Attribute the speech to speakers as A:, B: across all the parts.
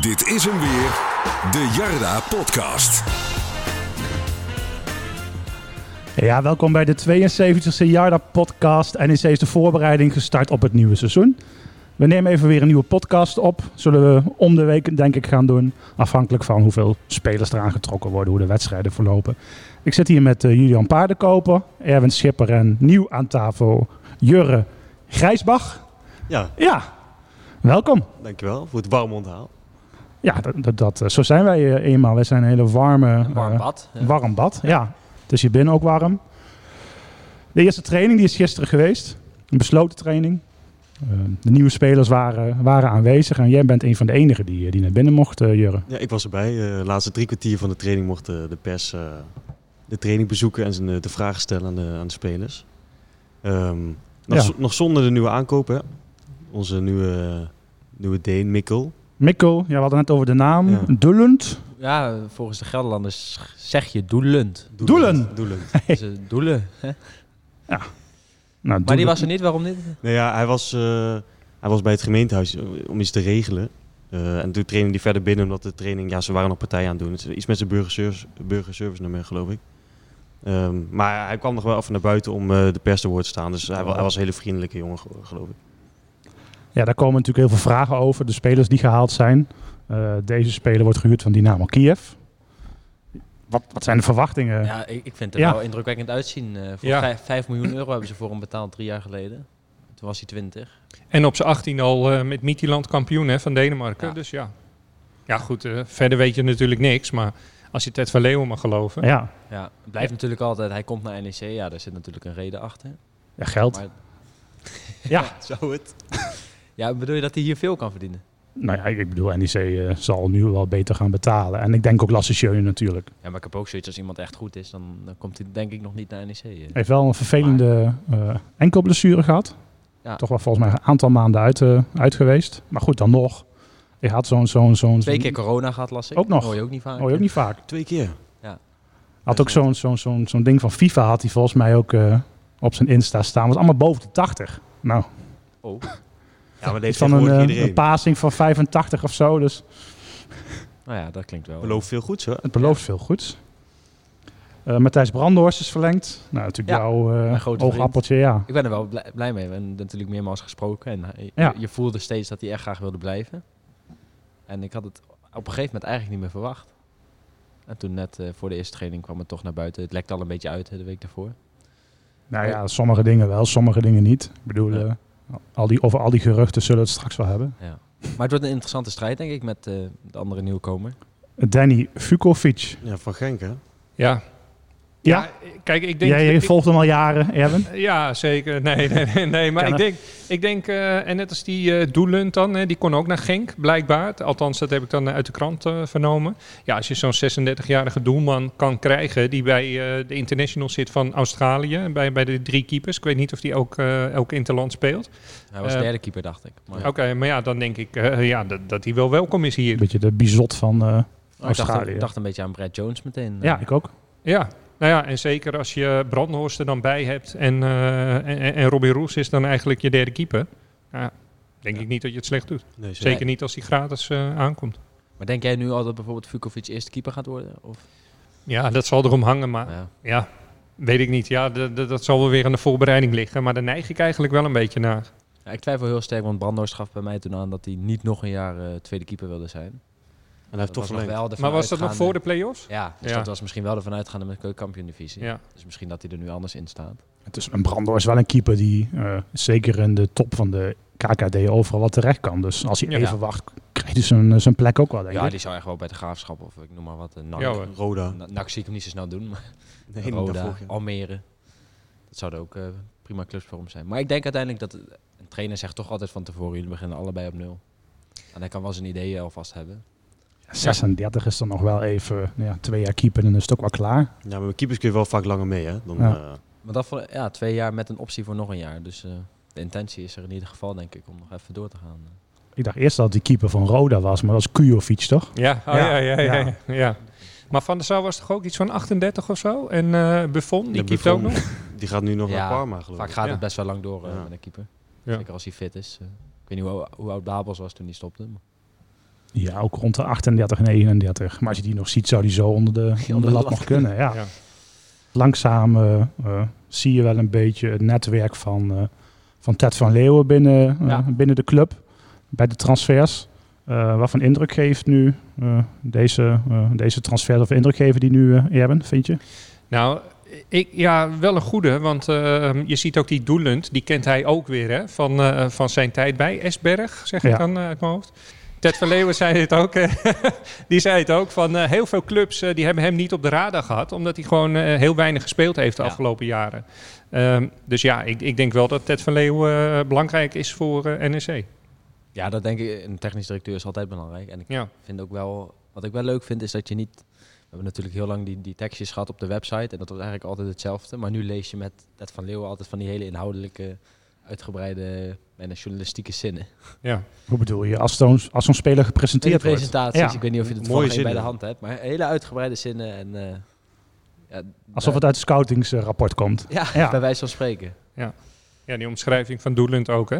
A: Dit is hem weer, de Jarda Podcast.
B: Ja, welkom bij de 72e Jarda Podcast. NEC is de voorbereiding gestart op het nieuwe seizoen. We nemen even weer een nieuwe podcast op. Zullen we om de week, denk ik, gaan doen. Afhankelijk van hoeveel spelers er aangetrokken worden, hoe de wedstrijden verlopen. Ik zit hier met eh, Julian Paardenkoper, Erwin Schipper en nieuw aan tafel Jurre Grijsbach.
C: Ja,
B: Ja, welkom.
C: dankjewel voor het warme onthaal.
B: Ja, dat, dat, dat, eh, zo zijn wij eh, eenmaal. Wij zijn een hele warme...
D: warm
B: eh,
D: bad.
B: Een warm bad, ja. Het is hier binnen ook warm. De eerste training die is gisteren geweest. Een besloten training. Eh, de nieuwe spelers waren, waren aanwezig. En jij bent een van de enigen die, eh, die naar binnen mocht, eh, Jurre.
C: Ja, ik was erbij. Eh, De laatste drie kwartier van de training mocht eh, de pers eh, de training bezoeken en ze, eh, de vragen stellen aan de, aan de spelers. Ehm, nog,
B: Ja.
C: z- nog zonder de nieuwe aankoop, hè? Onze nieuwe, nieuwe Deen, Mikkel.
B: Mikkel, ja, we hadden het over de naam. Nou,
C: Ja.
B: Dullend.
D: Ja, volgens de Gelderlanders zeg je doelend.
B: Doelen.
C: Doelen.
D: Dus, eh, doelen. hè?
B: Nou,
D: Maar die
B: Doelen-
D: was er niet, waarom niet?
C: Nou ja, hij was, eh, hij was bij het gemeentehuis eh, om iets te regelen. Eh, en toen trainde hij verder binnen, omdat de training... Ja, ze waren nog partij aan het doen. Het is Iets met zijn burgerservice, burgerservice nummer, geloof ik. Ehm, maar hij kwam nog wel even naar buiten om eh, de pers te woord te staan. Dus hij, wa- hij was een hele vriendelijke jongen, ge- geloof ik.
B: Ja, daar komen natuurlijk heel veel vragen over. De spelers die gehaald zijn. Eh, deze speler wordt gehuurd van Dynamo Kiev. Wat, wat zijn de verwachtingen?
D: Ja, ik, ik vind het
B: Ja.
D: wel indrukwekkend uitzien. Eh, voor
E: Ja.
D: 5, miljoen euro hebben ze voor hem betaald drie jaar geleden. Toen was hij 20.
E: En op zijn 18 al eh, met Mietieland kampioen hè, van Denemarken.
D: Ja.
E: Dus ja. Ja, goed. eh, verder weet je natuurlijk niks. Maar als je Ted van Leeuwen mag geloven.
B: ja.
D: Ja, het blijft natuurlijk altijd. Hij komt naar NEC. Ja, daar zit natuurlijk een reden achter.
B: ja geld.
D: Maar-
B: Ja,
C: Zou het?
D: Ja, bedoel je dat hij hier veel kan verdienen?
B: Nou ja, ik bedoel, NEC eh, zal nu wel beter gaan betalen. En ik denk ook Lasse natuurlijk.
D: Ja, maar ik heb ook zoiets als iemand echt goed is, dan, dan komt hij denk ik nog niet naar NEC. eh.
B: Heeft wel een vervelende eh, enkelblessure gehad.
D: Ja.
B: Toch wel volgens mij een aantal maanden uit, eh, uit geweest. Maar goed, dan nog. Hij had zo'n... zo'n zo'n
D: Twee
B: zo'n-
D: keer corona gehad, las ik.
B: dus Ook nog.
D: Hoor je ook niet vaak.
B: Oh, ook niet vaak.
C: Twee keer.
B: Had ook zo'n zo'n zo'n zo'n ding van FIFA had hij volgens mij ook eh, op zijn Insta staan. Was allemaal boven de 80. Nou,
D: Oh.
C: Ja, maar
B: iets
C: deze
B: van een, eh,
C: iedereen.
B: een passing van 85 of zo. Dus
D: Nou ja, dat klinkt wel.
C: Belooft veel goeds, hoor.
B: het belooft veel goeds. Eh, Matthijs Brandhorst is verlengd. Nou, natuurlijk
D: Ja,
B: jouw
D: mijn
B: eh
D: grote
B: oogappeltje, ja.
D: Ik ben er wel blij, blij mee. We hebben natuurlijk meermaals gesproken. En hij-
B: Ja.
D: je, je voelde steeds dat hij echt graag wilde blijven. En ik had het op een gegeven moment eigenlijk niet meer verwacht. En toen net eh, voor de eerste training kwam het toch naar buiten. Het lekte al een beetje uit hè, de week daarvoor.
B: Nou
D: Ja.
B: ja, sommige dingen wel, sommige dingen niet. Ik bedoel,
D: Ja.
B: eh, al die, over al die geruchten zullen we het straks wel hebben.
D: Maar het wordt een interessante strijd, denk ik, met eh, de andere nieuwkomer.
B: Danny Vukovic.
C: Ja, van Genk, hè?
E: Ja.
B: Ja?
E: Kijk, ik denk...
B: Jij
E: ik-
B: volgt hem al jaren, Erwin.
E: Ja, zeker. Nee, nee, nee. nee. Maar
B: Kan
E: ik
B: het.
E: denk, ik denk eh, en net als die eh, Doelund dan, hè, die kon ook naar Genk, blijkbaar. Althans, dat heb ik dan uit de krant eh, vernomen. Ja, als je zo'n 36-jarige doelman kan krijgen, die bij eh, de international zit van Australië, bij, bij de drie keepers. Ik weet niet of die ook eh elk interland speelt.
D: Hij was
E: Eh,
D: derde keeper, dacht ik. Maar,
E: Oké, maar ja, dan denk ik eh, ja, dat, dat hij wel welkom is
B: Een
E: hier.
B: beetje de bizot van eh,
D: Oh, ik, dacht,
B: Australië.
D: ik dacht een beetje aan Brad Jones meteen.
B: Ja, ik ook.
E: Ja, nou ja, en zeker als je Brandhorst er dan bij hebt en, eh, en, en Robin Roes is dan eigenlijk je derde keeper. Ja, denk ik niet dat je het slecht doet.
C: Nee, zeker.
E: Zeker niet als hij gratis eh, aankomt.
D: Maar denk jij nu al dat bijvoorbeeld Vukovic eerste keeper gaat worden? Of?
E: Ja, dat zal erom hangen, maar
D: Ja.
E: ja, weet ik niet. Ja, d- d- dat zal wel weer aan de voorbereiding liggen, maar daar neig ik eigenlijk wel een beetje naar.
D: Ja, ik twijfel heel sterk, want Brandhorst gaf bij mij toen aan dat hij niet nog een jaar eh, tweede keeper wilde zijn.
C: En hij heeft toch
D: was nog
C: verlengd.
D: wel de
E: Maar was dat nog
D: vanuitgaande-
E: voor de play-offs?
D: Ja, dus
E: Ja.
D: dat was misschien wel ervan uitgaande met de keukenkampioen-divisie.
E: Ja.
D: Dus misschien dat hij er nu anders in staat.
B: Het is een Brandor is wel een keeper die eh, zeker in de top van de KKD overal wat terecht kan. Dus als hij
E: Ja.
B: even wacht, krijgt hij zijn, zijn plek ook wel, denk
D: Ja,
B: ik.
D: die zou echt wel bij de graafschap of ik noem maar wat. een
E: Ja,
D: NAC.
E: hoor.
C: Roda.
D: Na- NAC zie ik hem niet zo snel doen. Maar
C: Nee, niet
D: Roda,
C: daarvoor, ja.
D: Almere. Dat zouden ook eh, prima clubs voor hem zijn. Maar ik denk uiteindelijk dat het- een trainer zegt toch altijd van tevoren: jullie beginnen allebei op nul. En hij kan wel zijn ideeën alvast hebben.
B: 36 is dan nog wel even eh, ja, twee jaar keeper en dan is het ook wel klaar.
C: Ja, maar met keepers kun je wel vaak langer mee, hè? Dan,
B: Ja.
C: eh,
D: Maar dat voor ja, twee jaar met een optie voor nog een jaar. Dus eh, de intentie is er in ieder geval, denk ik, om nog even door te gaan.
B: Ik dacht eerst dat die keeper van Roda was, maar dat is Kujovic, toch?
E: Ja, oh,
B: Ja,
E: ja, ja, ja,
B: ja.
E: ja, Maar Van der Sar was toch ook iets van 38 of zo? En eh Buffon, die
C: de
E: keept ook
C: Buffon,
E: nog?
C: Die gaat nu nog
D: Ja,
C: naar Parma, geloof
D: Vaak
C: ik.
D: gaat
E: Ja.
D: het best wel lang door eh,
C: Ja.
D: met een keeper.
E: Ja.
D: Zeker als hij fit is. eh. ik weet niet hoe, hoe oud Babels was toen hij stopte. maar-
B: Ja, ook rond de 38, 39. Maar als je die nog ziet, zou die zo onder de, onder de lat nog kunnen. Ja.
E: Ja.
B: Langzaam eh, eh, zie je wel een beetje het netwerk van, eh, van Ted van Leeuwen binnen, eh,
D: Ja.
B: binnen de club. Bij de transfers. Eh, wat voor indruk geeft nu eh, deze, eh deze transfer of indruk geven die nu eh hebben, vind je?
E: Nou, ik, ja, wel een goede. Want eh, je ziet ook die Doelund, die kent hij ook weer hè, van, eh, van zijn tijd bij Esberg, zeg
B: Ja.
E: ik dan eh, uit mijn hoofd. Ted van Leeuwen zei het ook. eh, die zei het ook van eh, heel veel clubs eh, die hebben hem niet op de radar gehad. Omdat hij gewoon eh, heel weinig gespeeld heeft de
D: Ja.
E: afgelopen jaren. Ehm, dus ja, ik, ik denk wel dat Ted van Leeuwen eh, belangrijk is voor eh, NEC.
D: Ja, dat denk ik. Een technisch directeur is altijd belangrijk. En ik
E: Ja.
D: vind ook wel, wat ik wel leuk vind, is dat je niet. We hebben natuurlijk heel lang die, die tekstjes gehad op de website. En dat was eigenlijk altijd hetzelfde. Maar nu lees je met Ted van Leeuwen altijd van die hele inhoudelijke, uitgebreide, bijna journalistieke zinnen.
E: Ja.
B: Hoe bedoel je? Als zo'n als zo'n speler
D: Hele
B: gepresenteerd wordt.
D: presentaties.
B: Ja.
D: Ik weet niet of je het
C: Mooie
D: voor bij de
C: zinnen.
D: hand hebt. Maar hele uitgebreide zinnen. En, eh, ja,
B: Alsof het uit het scoutingsrapport komt.
D: Ja,
B: Ja.
D: bij wijze van spreken.
E: ja, die omschrijving van Doelund ook hè.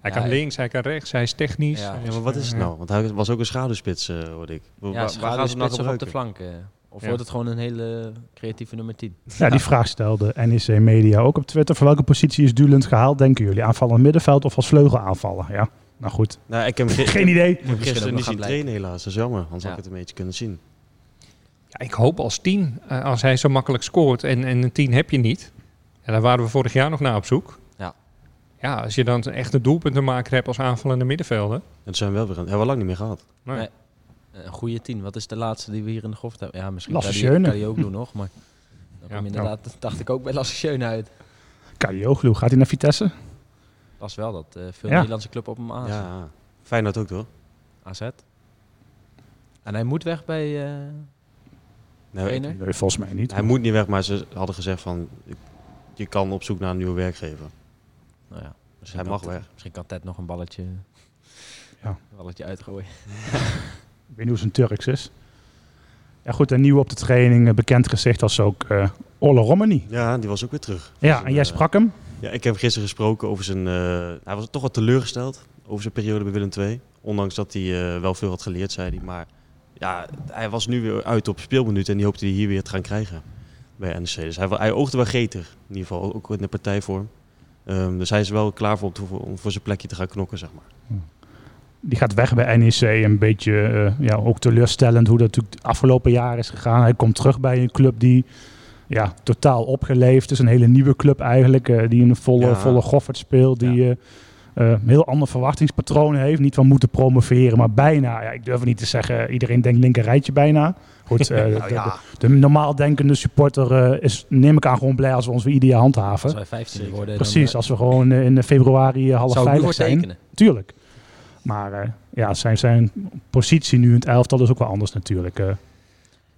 E: Hij
D: Ja,
E: kan
D: ik-
E: links, hij kan rechts, hij is technisch.
D: Ja.
E: Hij
C: Ja, maar wat is het nou? Want hij was ook een schaduwspits, eh, hoorde ik. Wa-
D: Ja,
C: waar
D: ze
C: waar
D: gaan
C: gaan ze
D: de
C: hem nou
D: spitsen of op de
C: gebruiken?
D: flanken. Of
E: Ja.
D: wordt het gewoon een hele creatieve nummer 10?
B: Ja, die vraag stelde NEC Media ook op Twitter. Voor welke positie is Dulend gehaald, denken jullie? Aanvallend middenveld of als vleugelaanvaller? Ja, nou goed.
C: Nou, ik heb hem ge-
B: Geen idee.
C: Ik heb hem
D: Misschien ook
C: gisteren
D: nog
C: niet
D: gaan
C: zien
D: blijken.
C: trainen helaas, dat is jammer. Anders
D: Ja.
C: had ik het een beetje kunnen zien.
E: Ja, ik hoop als tien, eh, als hij zo makkelijk scoort en, en een tien heb je niet. En daar waren we vorig jaar nog naar op zoek.
D: Ja.
E: Ja, als je dan echt een doelpuntenmaker hebt als aanvallende middenvelder.
C: En dat zijn we wel weer aan. Hebben we lang niet meer gehad.
E: Nee.
D: Nee. Een goede 10. Wat is de laatste die we hier in de goft hebben? Ja, misschien
B: Lasse
D: kan die,
B: Schöne.
D: kan die ook doen nog. Maar dan
E: Ja.
D: kom je inderdaad, dat dacht ik ook bij Lasse Schöne uit.
B: Kajoglu, gaat hij naar Vitesse?
D: Dat is wel dat eh, veel
B: Ja.
D: Nederlandse club op hem aan.
C: Ja, fijn dat ook toch?
D: AZ. En hij moet weg bij... eh,
C: Nou,
D: Trainer?
B: Nee, volgens mij niet.
C: Hij moet niet weg, maar ze hadden gezegd van... ik- Je kan op zoek naar een nieuwe werkgever.
D: nou ja,
C: Dus
D: misschien
C: hij
D: kan
C: mag
D: Ted-
C: weg.
D: Misschien kan Ted nog een balletje,
B: Ja.
D: een balletje uitgooien.
B: Ik weet niet hoe zijn Turks is. Ja goed, en nieuw op de training, eh, bekend gezicht als ook eh Olle Romani.
C: Ja, die was ook weer terug.
B: Ja, en jij sprak hem.
C: Ja, ik heb gisteren gesproken over zijn... eh, hij was toch wat teleurgesteld over zijn periode bij Willem II. Ondanks dat hij eh, wel veel had geleerd, zei hij. Maar ja, hij was nu weer uit op speelminuten en die hoopte hij hier weer te gaan krijgen bij NEC. Dus hij, wa- hij oogde wel geter, in ieder geval. Ook in de partijvorm. Ehm, dus hij is wel klaar voor, om- om voor zijn plekje te gaan knokken, zeg maar.
B: Die gaat weg bij NEC. Een beetje eh, ja, ook teleurstellend hoe dat natuurlijk de afgelopen jaar is gegaan. Hij komt terug bij een club die ja, totaal opgeleefd is. Een hele nieuwe club eigenlijk. eh, die een volle,
C: Ja.
B: volle goffert speelt. Die
C: Ja.
B: eh, eh, een heel ander verwachtingspatroon heeft. Niet van moeten promoveren, maar bijna. Ja, ik durf het niet te zeggen. Iedereen denkt linker rijtje bijna. Goed, eh,
D: Nou
B: de, de- de normaal denkende supporter eh, is, neem ik aan, gewoon blij als we ons weer ieder jaar handhaven.
D: Als wij 15
C: Zeker.
D: worden... dan,
B: Precies,
D: eh,
B: als we gewoon eh, in eh, februari eh, half
D: zou ik nu
B: veilig
D: voor
B: zijn.
D: tekenen.
B: Tuurlijk. Maar eh, ja, zijn, zijn positie nu in het elftal is ook wel anders natuurlijk. eh.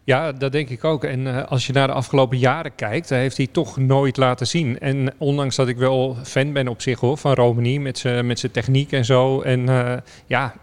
E: Ja, dat denk ik ook. En eh, als je naar de afgelopen jaren kijkt, dan heeft hij toch nooit laten zien. En eh, ondanks dat ik wel fan ben op zich hoor, van Romani met zijn met zijn techniek en zo. En eh, ja,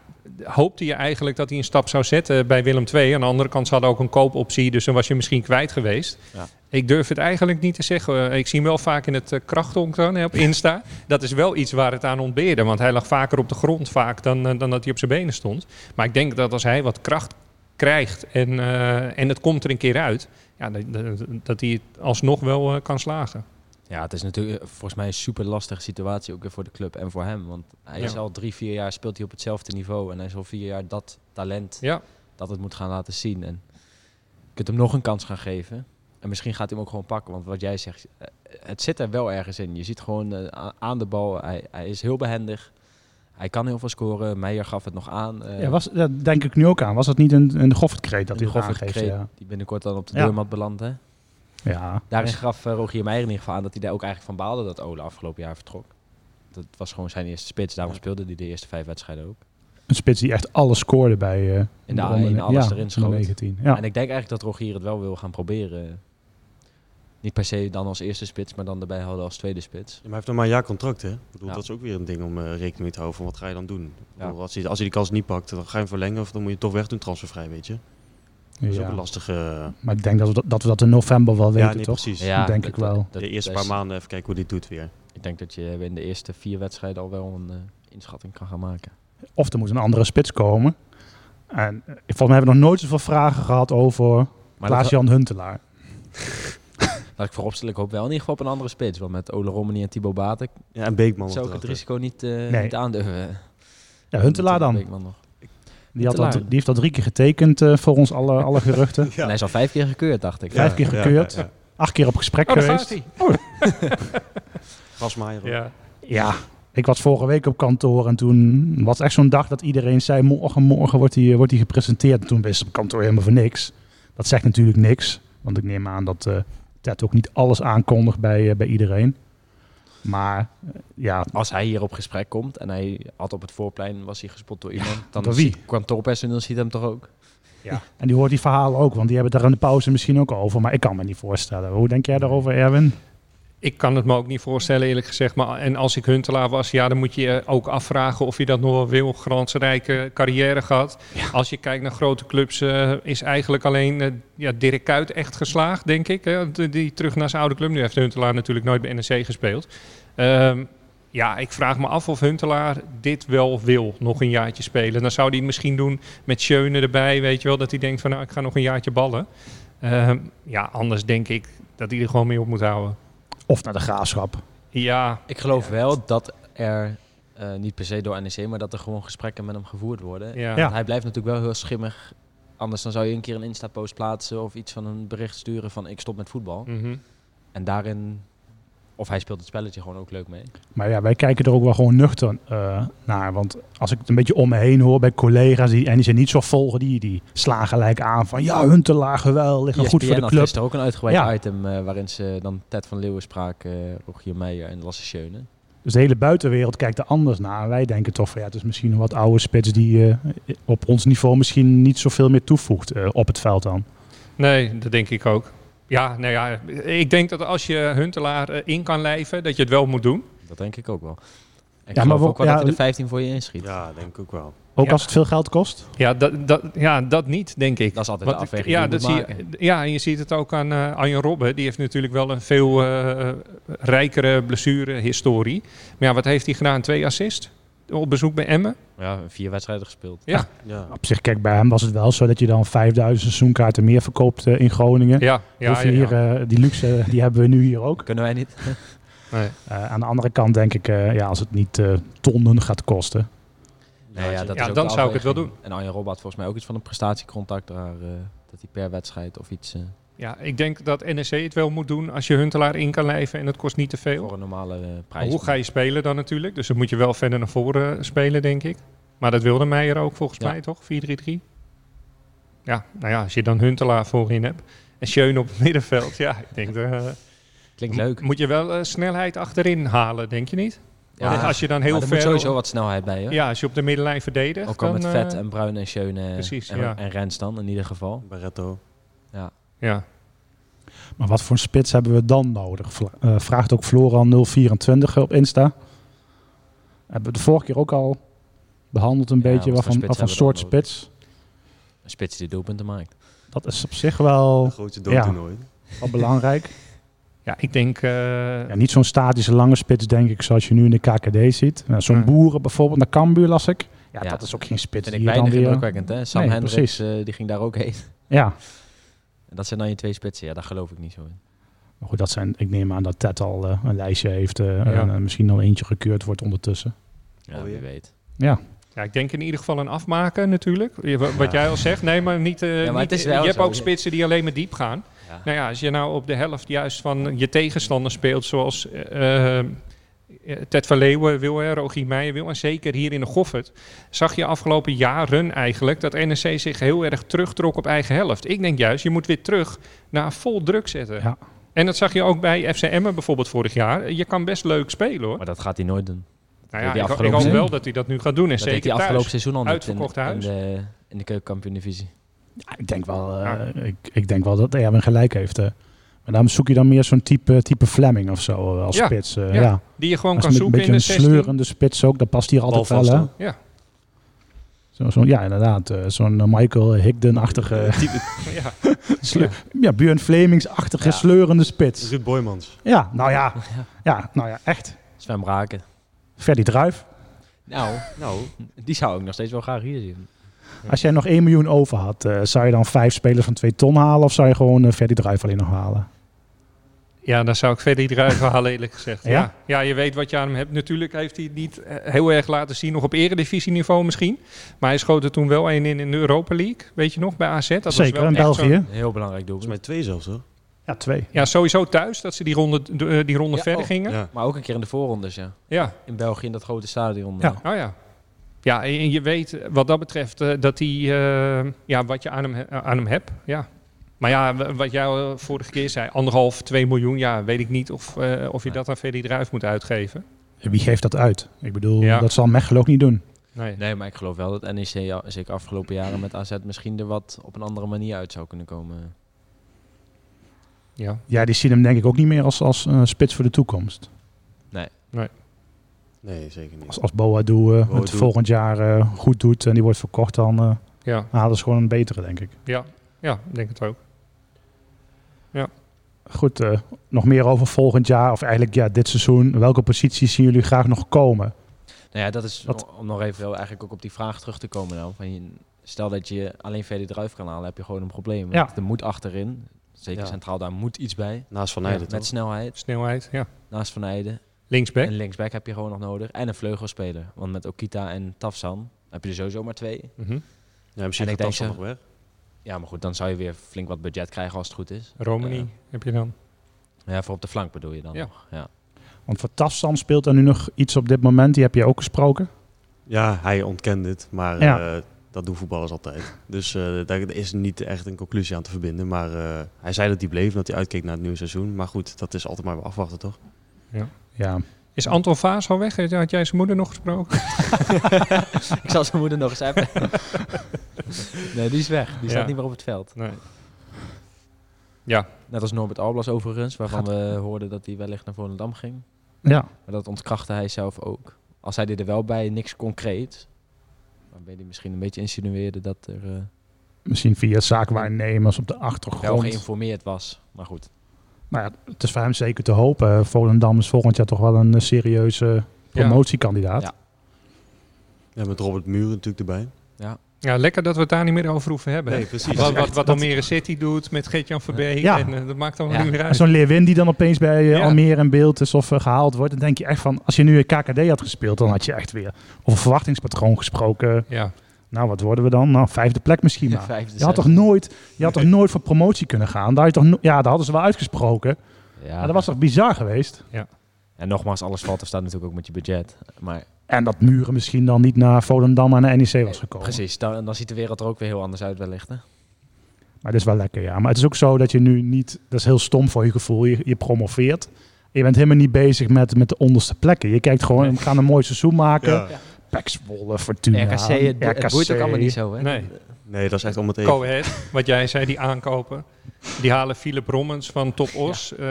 E: hoopte je eigenlijk dat hij een stap zou zetten bij Willem II. Aan de andere kant ze hadden ook een koopoptie, dus dan was je misschien kwijt geweest.
D: Ja.
E: Ik durf het eigenlijk niet te zeggen. Ik zie hem wel vaak in het eh, krachthonk dan, hè, op Insta. Dat is wel iets waar het aan ontbeerde. Want hij lag vaker op de grond vaak dan, eh, dan dat hij op zijn benen stond. Maar ik denk dat als hij wat kracht krijgt en, eh, en het komt er een keer uit, ja, dat, dat, dat hij het alsnog wel eh, kan slagen.
D: Ja, het is natuurlijk eh, volgens mij een super lastige situatie ook weer voor de club en voor hem. Want hij
E: Ja.
D: is al drie, vier jaar speelt hij op hetzelfde niveau. En hij is al vier jaar dat talent
E: Ja.
D: dat het moet gaan laten zien. En je kunt hem nog een kans gaan geven. En misschien gaat hij hem ook gewoon pakken. Want wat jij zegt, eh, het zit er wel ergens in. Je ziet gewoon eh, a- aan de bal, hij, hij is heel behendig. Hij kan heel veel scoren. Meijer gaf het nog aan. eh,
B: ja, was, dat denk ik nu ook aan. Was dat niet een, een Goffertkreet dat
D: de
B: hij eraan
D: Goffert
B: geeft?
D: Kreet,
B: Ja.
D: Die binnenkort dan op de
B: Ja.
D: deurmat belandt. Hè?
B: ja.
D: Daarin gaf eh, Rogier Meijer in ieder geval aan dat hij daar ook eigenlijk van baalde dat Ole afgelopen jaar vertrok. Dat was gewoon zijn eerste spits. Daarom speelde hij de eerste vijf wedstrijden ook.
B: Een spits die echt alles scoorde bij... eh,
D: In de
B: ronde-
D: A1 alles
B: ja,
D: erin
B: in de
D: schoot.
B: 19. Ja.
D: En ik denk eigenlijk dat Rogier het wel wil gaan proberen. Niet per se dan als eerste spits, maar dan erbij houden als tweede spits.
C: Ja, maar hij heeft nog maar een jaar contract, hè? Ik bedoel,
D: Ja.
C: Dat is ook weer een ding om eh, rekening mee te houden. Van wat ga je dan doen? Ik
D: Ja.
C: bedoel, als, hij, als hij die kans niet pakt, dan ga je hem verlengen of dan moet je het toch weg doen transfervrij, weet je? Dat is
B: Ja.
C: ook een lastige... eh,
B: Maar ik denk dat we dat, dat we dat in november wel
C: ja,
B: weten,
C: nee,
B: toch?
C: precies.
B: denk ik wel.
C: de eerste
D: dat
C: paar
D: is-
C: maanden even kijken hoe dit doet weer.
D: Ik denk dat je in de eerste vier wedstrijden al wel een eh, inschatting kan gaan maken.
B: Of er moet een andere spits komen. Eh, En eh, volgens mij hebben we nog nooit zoveel vragen gehad over
D: Maar dat,
B: Klaas-Jan Huntelaar.
D: laat ik vooropstellen, ik hoop wel in ieder geval op een andere spits. Want met Ole Romani en Thibaut Baten
C: Ja, en Beekman was
D: zou ik het
C: erachter.
D: risico niet, eh
B: Nee.
D: niet aandurven.
B: Ja, Huntelaar dan.
D: Beekman nog.
B: Die, had al,
D: Huntelaar.
B: die heeft al drie keer getekend eh, voor ons alle, alle geruchten.
C: Ja.
D: En hij is al vijf keer gekeurd, dacht ik.
C: Ja,
B: Vijf keer
C: ja,
B: gekeurd.
C: ja, ja.
B: Acht keer op gesprek
E: Oh, daar gaat
B: geweest.
E: hij.
C: Grasmaaier ook.
E: Ja.
B: Ja, ik was vorige week op kantoor en toen was echt zo'n dag dat iedereen zei: morgen, morgen wordt hij wordt die gepresenteerd. En toen wist ik op kantoor helemaal voor niks. Dat zegt natuurlijk niks, want ik neem aan dat eh Ted ook niet alles aankondigt bij, eh, bij iedereen. Maar eh, ja,
D: Als hij hier op gesprek komt en hij had op het voorplein, was hij gespot door iemand. dan
B: door wie?
D: ziet- kantoorpersoneel ziet hem toch ook?
B: en die hoort die verhalen ook, want die hebben het daar in de pauze misschien ook over. Maar ik kan me niet voorstellen. Hoe denk jij daarover, Erwin?
E: Ik kan het me ook niet voorstellen, eerlijk gezegd. Maar, en als ik Huntelaar was, ja, dan moet je je ook afvragen of je dat nog wel wil. Glansrijke carrière gehad. Als je kijkt naar grote clubs, eh, is eigenlijk alleen eh, ja, Dirk Kuyt echt geslaagd, denk ik. Hè? Die, die terug naar zijn oude club. Nu heeft Huntelaar natuurlijk nooit bij NEC gespeeld. Ehm, ja, ik vraag me af of Huntelaar dit wel wil, nog een jaartje spelen. Dan zou hij het misschien doen met Schöne erbij, weet je wel. Dat hij denkt van, nou, ik ga nog een jaartje ballen. Ehm, ja, anders denk ik dat hij er gewoon mee op moet houden.
B: Of naar de graafschap?
E: Ja,
D: Ik geloof wel dat er, eh, niet per se door NEC, maar dat er gewoon gesprekken met hem gevoerd worden.
E: ja.
B: Ja.
D: Want Hij blijft natuurlijk wel heel schimmig. Anders dan zou je een keer een Insta-post plaatsen of iets van een bericht sturen van ik stop met voetbal.
E: Mhm.
D: En daarin, of hij speelt het spelletje gewoon ook leuk mee.
B: Maar ja, wij kijken er ook wel gewoon nuchter eh, naar. Want als ik het een beetje om me heen hoor bij collega's die, en die zijn niet zo volgen, die, die slaan gelijk aan van ja, Huntelaar, geweldig en goed voor
D: ESPN
B: de
D: had
E: E
B: club.
D: gisteren ook een uitgebreid
B: Ja.
D: item eh, waarin ze dan Ted van Leeuwen spraken, eh, Rogier Meijer en Lasse Schöne.
B: Dus de hele buitenwereld kijkt er anders naar. En wij denken toch van ja, het is misschien een wat oude spits die eh, op ons niveau misschien niet zoveel meer toevoegt eh, op het veld dan.
E: Nee, dat denk ik ook. Ja, nou ja, ik denk dat als je Huntelaar eh, in kan lijven, dat je het wel moet doen.
D: Dat denk ik ook wel. En ik
B: maar
D: ja, maar
B: we-
D: ook wel
B: ja,
D: dat hij
B: l-
D: de 15 voor je inschiet.
C: Ja, denk ik ook wel.
B: Ook
E: Ja.
B: als het veel geld kost.
E: Ja, dat, dat, ja, dat niet, denk ik.
D: Dat is altijd
E: Want
D: de
E: ik-
D: afweging
E: ja,
D: die
E: dat
D: je
E: zie
D: moet
E: je,
D: maken.
E: ja, en je ziet het ook aan eh Arjen Robben. Die heeft natuurlijk wel een veel eh, rijkere blessurehistorie. Maar ja, wat heeft hij gedaan? Twee assist op bezoek bij Emmen.
D: Ja, vier wedstrijden gespeeld.
E: Ja,
C: Ja.
B: Op zich, kijk, bij hem was het wel zo dat je dan 5000 seizoenkaarten meer verkoopt eh, in Groningen.
E: ja,
B: Ja,
E: ja. ja,
B: hier,
E: ja.
B: eh, die luxe die hebben we nu hier ook.
D: Kunnen wij niet?
E: Nee.
B: Eh, aan de andere kant denk ik, eh, ja, als het niet eh, tonnen gaat kosten.
D: Nee, ja, dat
E: Ja,
D: is ook
E: dan
D: de
E: zou ik het wel
D: afweging. En Arjen Robben had volgens mij ook iets van een prestatiecontact daar. eh, dat hij per wedstrijd of iets eh,
E: ja, ik denk dat NEC het wel moet doen als je Huntelaar in kan lijven en het kost niet te veel.
D: voor een normale eh, prijs.
E: Hoe ga je spelen dan natuurlijk? Dus dan moet je wel verder naar voren eh, spelen, denk ik. Maar dat wilde Meijer ook volgens
D: Ja.
E: mij, toch? 4-3-3. Ja, nou ja, als je dan Huntelaar voorin hebt en Schöne op het middenveld. Ja, ik denk... eh,
D: Klinkt leuk.
E: Moet je wel eh, snelheid achterin halen, denk je niet? Want als je dan
D: maar
E: heel
D: er
E: ver...
D: moet sowieso wat snelheid bij. Hè?
E: Ja, als je op de middenlijn verdedigt...
D: ook al met
E: dan,
D: Vet
E: eh,
D: en Bruin en Schöne
E: precies,
D: en,
E: ja.
D: en Rens dan in ieder geval.
C: Barretto.
E: Ja.
B: Maar wat voor spits hebben we dan nodig? Vla- eh, vraagt ook Floran024 op Insta. Hebben we de vorige keer ook al behandeld een
D: Ja,
B: beetje.
D: wat
B: Wat
D: voor
B: van,
D: spits
B: wat van
D: hebben we
B: soort
D: dan nodig?
B: spits.
D: Een spits die doelpunten maakt.
B: Dat is op zich wel,
C: Een grote doodtoernooi.
B: wel belangrijk.
E: ja, ik denk... eh,
B: Ja, niet zo'n statische lange spits, denk ik, zoals je nu in de KKD ziet. Nou, zo'n
E: Ja.
B: boeren bijvoorbeeld, naar Cambuur las ik. Ja,
D: Hmm. Ja.
B: dat is ook geen spits.
D: Dat
B: Die
D: vind ik
B: je dan
D: weinig
B: weer,
D: indrukwekkend. Hè? Sam
B: Nee,
D: Hendricks
B: precies.
D: eh, die ging daar ook heen.
B: ja,
D: En dat zijn dan je twee spitsen. Ja, daar geloof ik niet zo in.
B: Maar goed, dat zijn, ik neem aan dat Ted al eh, een lijstje heeft. eh, en, eh, misschien al eentje gekeurd wordt ondertussen.
D: Ja,
C: Alweer?
D: wie weet.
B: Ja,
E: ja, ik denk in ieder geval een afmaken natuurlijk. Je- wa- Wat
C: Ja.
E: jij al zegt. Nee, maar niet... eh,
D: maar
E: niet-
D: het is wel
E: je hebt
D: zo.
E: ook spitsen die alleen maar diep gaan.
D: Ja.
E: Nou ja, als je nou op de helft juist van je tegenstander speelt, zoals eh, eh, Ted van Leeuwen wil, hè, Rogier Meijer wil, en zeker hier in de Goffert, zag je afgelopen jaren eigenlijk dat NEC zich heel erg terugtrok op eigen helft. Ik denk juist, je moet weer terug naar vol druk zetten.
B: Ja.
E: En dat zag je ook bij FC Emmen bijvoorbeeld vorig jaar. Je kan best leuk spelen hoor.
D: Maar dat gaat hij nooit doen.
E: Nou
D: deed
E: ja,
D: hij
E: ik, ho- ik
D: afgelopen
E: hoop wel
D: seizoen.
E: dat hij dat nu gaat doen. En
D: dat deed hij
E: zeker
D: afgelopen
E: thuis.
D: seizoen al niet in,
E: Uitverkocht
D: in
E: huis.
D: de, in de keukenkampioen-divisie.
B: Ja, ik denk wel, eh,
E: Ja.
B: ik, ik denk wel dat Erwin gelijk heeft. eh. Maar daarom zoek je dan meer zo'n type, type Fleming of zo eh, als
E: Ja,
B: spits. eh,
E: ja.
B: ja.
E: Die je gewoon
B: Als
E: kan
B: een
E: zoeken
B: beetje
E: in de
B: een
E: 16.
B: sleurende spits ook, dat past hier altijd wel.
C: Balvast
B: hè?
C: dan.
E: Ja.
B: Zo, zo, ja, inderdaad. eh, zo'n eh, Michael Higden-achtige,
C: Eh, type-
E: Ja.
B: sleur- ja, Björn Flemings-achtige
D: Ja.
B: sleurende spits.
C: Ruud Boymans.
B: Ja, nou ja. Ja, nou ja, echt.
D: Sven Braken.
B: Ferdy Druif.
D: Nou,
C: Nou,
D: die zou ik nog steeds wel graag hier zien.
B: Als jij nog 1 miljoen over had, eh, zou je dan vijf spelers van 2 ton halen of zou je gewoon eh, Ferdi Druif alleen nog halen?
E: Ja, dan zou ik verder eruit halen, eerlijk gezegd.
B: Ja?
E: Ja? Ja. je weet wat je aan hem hebt. Natuurlijk heeft hij het niet eh, heel erg laten zien, nog op eredivisieniveau misschien. Maar hij schoot er toen wel één in in de Europa League, weet je nog, bij AZ. Dat was
B: Zeker,
E: wel
B: in
E: echt zo'n-
B: België.
D: Een heel belangrijk doel.
C: Volgens mij twee zelfs hoor.
B: Ja, twee.
E: Ja, sowieso thuis, dat ze die ronde, de, eh, die ronde
D: Ja,
E: verder
D: oh.
E: gingen. Ja.
C: Ja.
D: Maar ook een keer in de voorrondes, ja. In België in dat grote stadion.
B: Ja.
D: eh.
E: oh ja. Ja, en- en je weet wat dat betreft eh, dat hij, eh, ja, wat je aan hem, he- eh, aan hem hebt, ja. Maar ja, w- wat jij eh, vorige keer zei, anderhalf, twee miljoen, ja, weet ik niet of, eh, of je dat aan Ferdi Druif moet uitgeven.
B: Wie geeft dat uit? Ik bedoel,
E: Ja.
B: dat zal Mechelen ook niet doen.
E: Nee.
D: Nee, maar ik geloof wel dat NEC, al- zeker afgelopen jaren met AZ, misschien er wat op een andere manier uit zou kunnen komen.
E: Ja.
B: Ja, die zien hem denk ik ook niet meer als, als eh, spits voor de toekomst.
C: Nee, zeker niet.
B: Als, als Boadu eh het
C: Boadu.
B: volgend jaar eh, goed doet en die wordt verkocht, dan eh,
E: ja,
B: halen ze gewoon een betere, denk ik.
E: ja, ja, ik denk het ook.
B: Goed, eh, nog meer over volgend jaar, of eigenlijk ja, dit seizoen. Welke posities zien jullie graag nog komen?
D: Nou ja, dat is
B: Wat-
D: om nog even wel eigenlijk ook op die vraag terug te komen. Nou, van je- stel dat je alleen Verdi Druif kan halen, heb je gewoon een probleem.
B: Ja.
D: Want Er moet achterin, zeker
C: Ja.
D: centraal, daar moet iets bij.
C: Naast Van
D: met
C: Nijden toch?
D: snelheid,
E: Snelheid, ja.
D: naast Van Eijden.
E: Linksback.
D: En linksback heb je gewoon nog nodig. En een vleugelspeler. Want met Okita en Tafsan heb je er sowieso maar twee.
E: Mhm.
C: Ja, misschien
D: En ik
C: gaat dat
D: denk
C: nog weg.
D: Ja, maar goed, dan zou je weer flink wat budget krijgen als het goed is.
E: Romani
D: Ja.
E: heb je dan.
D: Ja, voor op de flank bedoel je dan
E: Ja.
D: nog. Ja.
B: Want voor Tafsan speelt er nu nog iets op dit moment. Die heb je ook gesproken.
C: Ja, hij ontkent het, maar
B: Ja.
C: eh, dat doen voetballers altijd. Dus eh, daar is niet echt een conclusie aan te verbinden. Maar eh, hij zei dat hij bleef en dat hij uitkeek naar het nieuwe seizoen. Maar goed, dat is altijd maar afwachten toch?
B: Ja,
E: Is Anton Vaas al weg? Had jij zijn moeder nog gesproken?
D: Ik zal zijn moeder nog eens appen. nee, die is weg. Die staat
E: Ja.
D: niet meer op het veld.
E: Nee. Ja,
D: Net als Norbert Alblas overigens, waarvan we hoorden dat hij wellicht naar Volendam ging.
B: ja.
D: Maar dat ontkrachtte hij zelf ook. Als hij dit er wel bij, niks concreet. Waarbij hij misschien een beetje insinueerde dat er eh,
B: misschien via zaakwaarnemers op de
D: wel
B: achtergrond.
D: geïnformeerd was. Maar goed,
B: Maar ja, het is voor hem zeker te hopen. Eh, Volendam is volgend jaar toch wel een eh, serieuze promotiekandidaat.
D: Ja.
C: Ja, met Robert Muren natuurlijk erbij.
E: ja, lekker dat we het daar niet meer over hoeven hebben.
C: Nee, precies.
E: Wat, wat, wat Almere City doet met Geert-Jan Verbeek.
B: Ja.
E: En, eh, dat maakt allemaal
D: Ja.
E: niet meer
B: En
E: uit.
B: zo'n Leerwin die dan opeens bij eh,
E: Ja.
B: Almere in beeld is of eh, gehaald wordt. Dan denk je echt van, als je nu een KKD had gespeeld, dan had je echt weer over een verwachtingspatroon gesproken.
E: Ja.
B: Nou, wat worden we dan? Nou, vijfde plek misschien maar.
D: vijfde,
B: Je had toch
D: zesde.
B: nooit, je had toch nooit voor promotie kunnen gaan? Daar, had je toch no- ja, daar hadden ze wel uitgesproken.
D: Ja.
B: Maar dat was toch bizar geweest?
D: En nogmaals, alles valt of staat natuurlijk ook met je budget. Maar
B: En dat Muren misschien dan niet naar Volendam en naar NEC was gekomen.
D: precies, dan, dan ziet de wereld er ook weer heel anders uit wellicht. Hè?
B: Maar dat is wel lekker, ja. Maar het is ook zo dat je nu niet... Dat is heel stom voor je gevoel. Je, je promoveert. Je bent helemaal niet bezig met, met de onderste plekken. Je kijkt gewoon, we gaan een mooi seizoen maken.
C: Ja.
B: Pek Zwolle, Fortuna,
D: RKC, het, bo- het boeit ook allemaal niet zo. Hè?
E: Nee,
C: Nee, dat is echt om het even.
E: Cohet, wat jij zei, die aankopen. Die halen Philip Rommens van Top Os. Eh,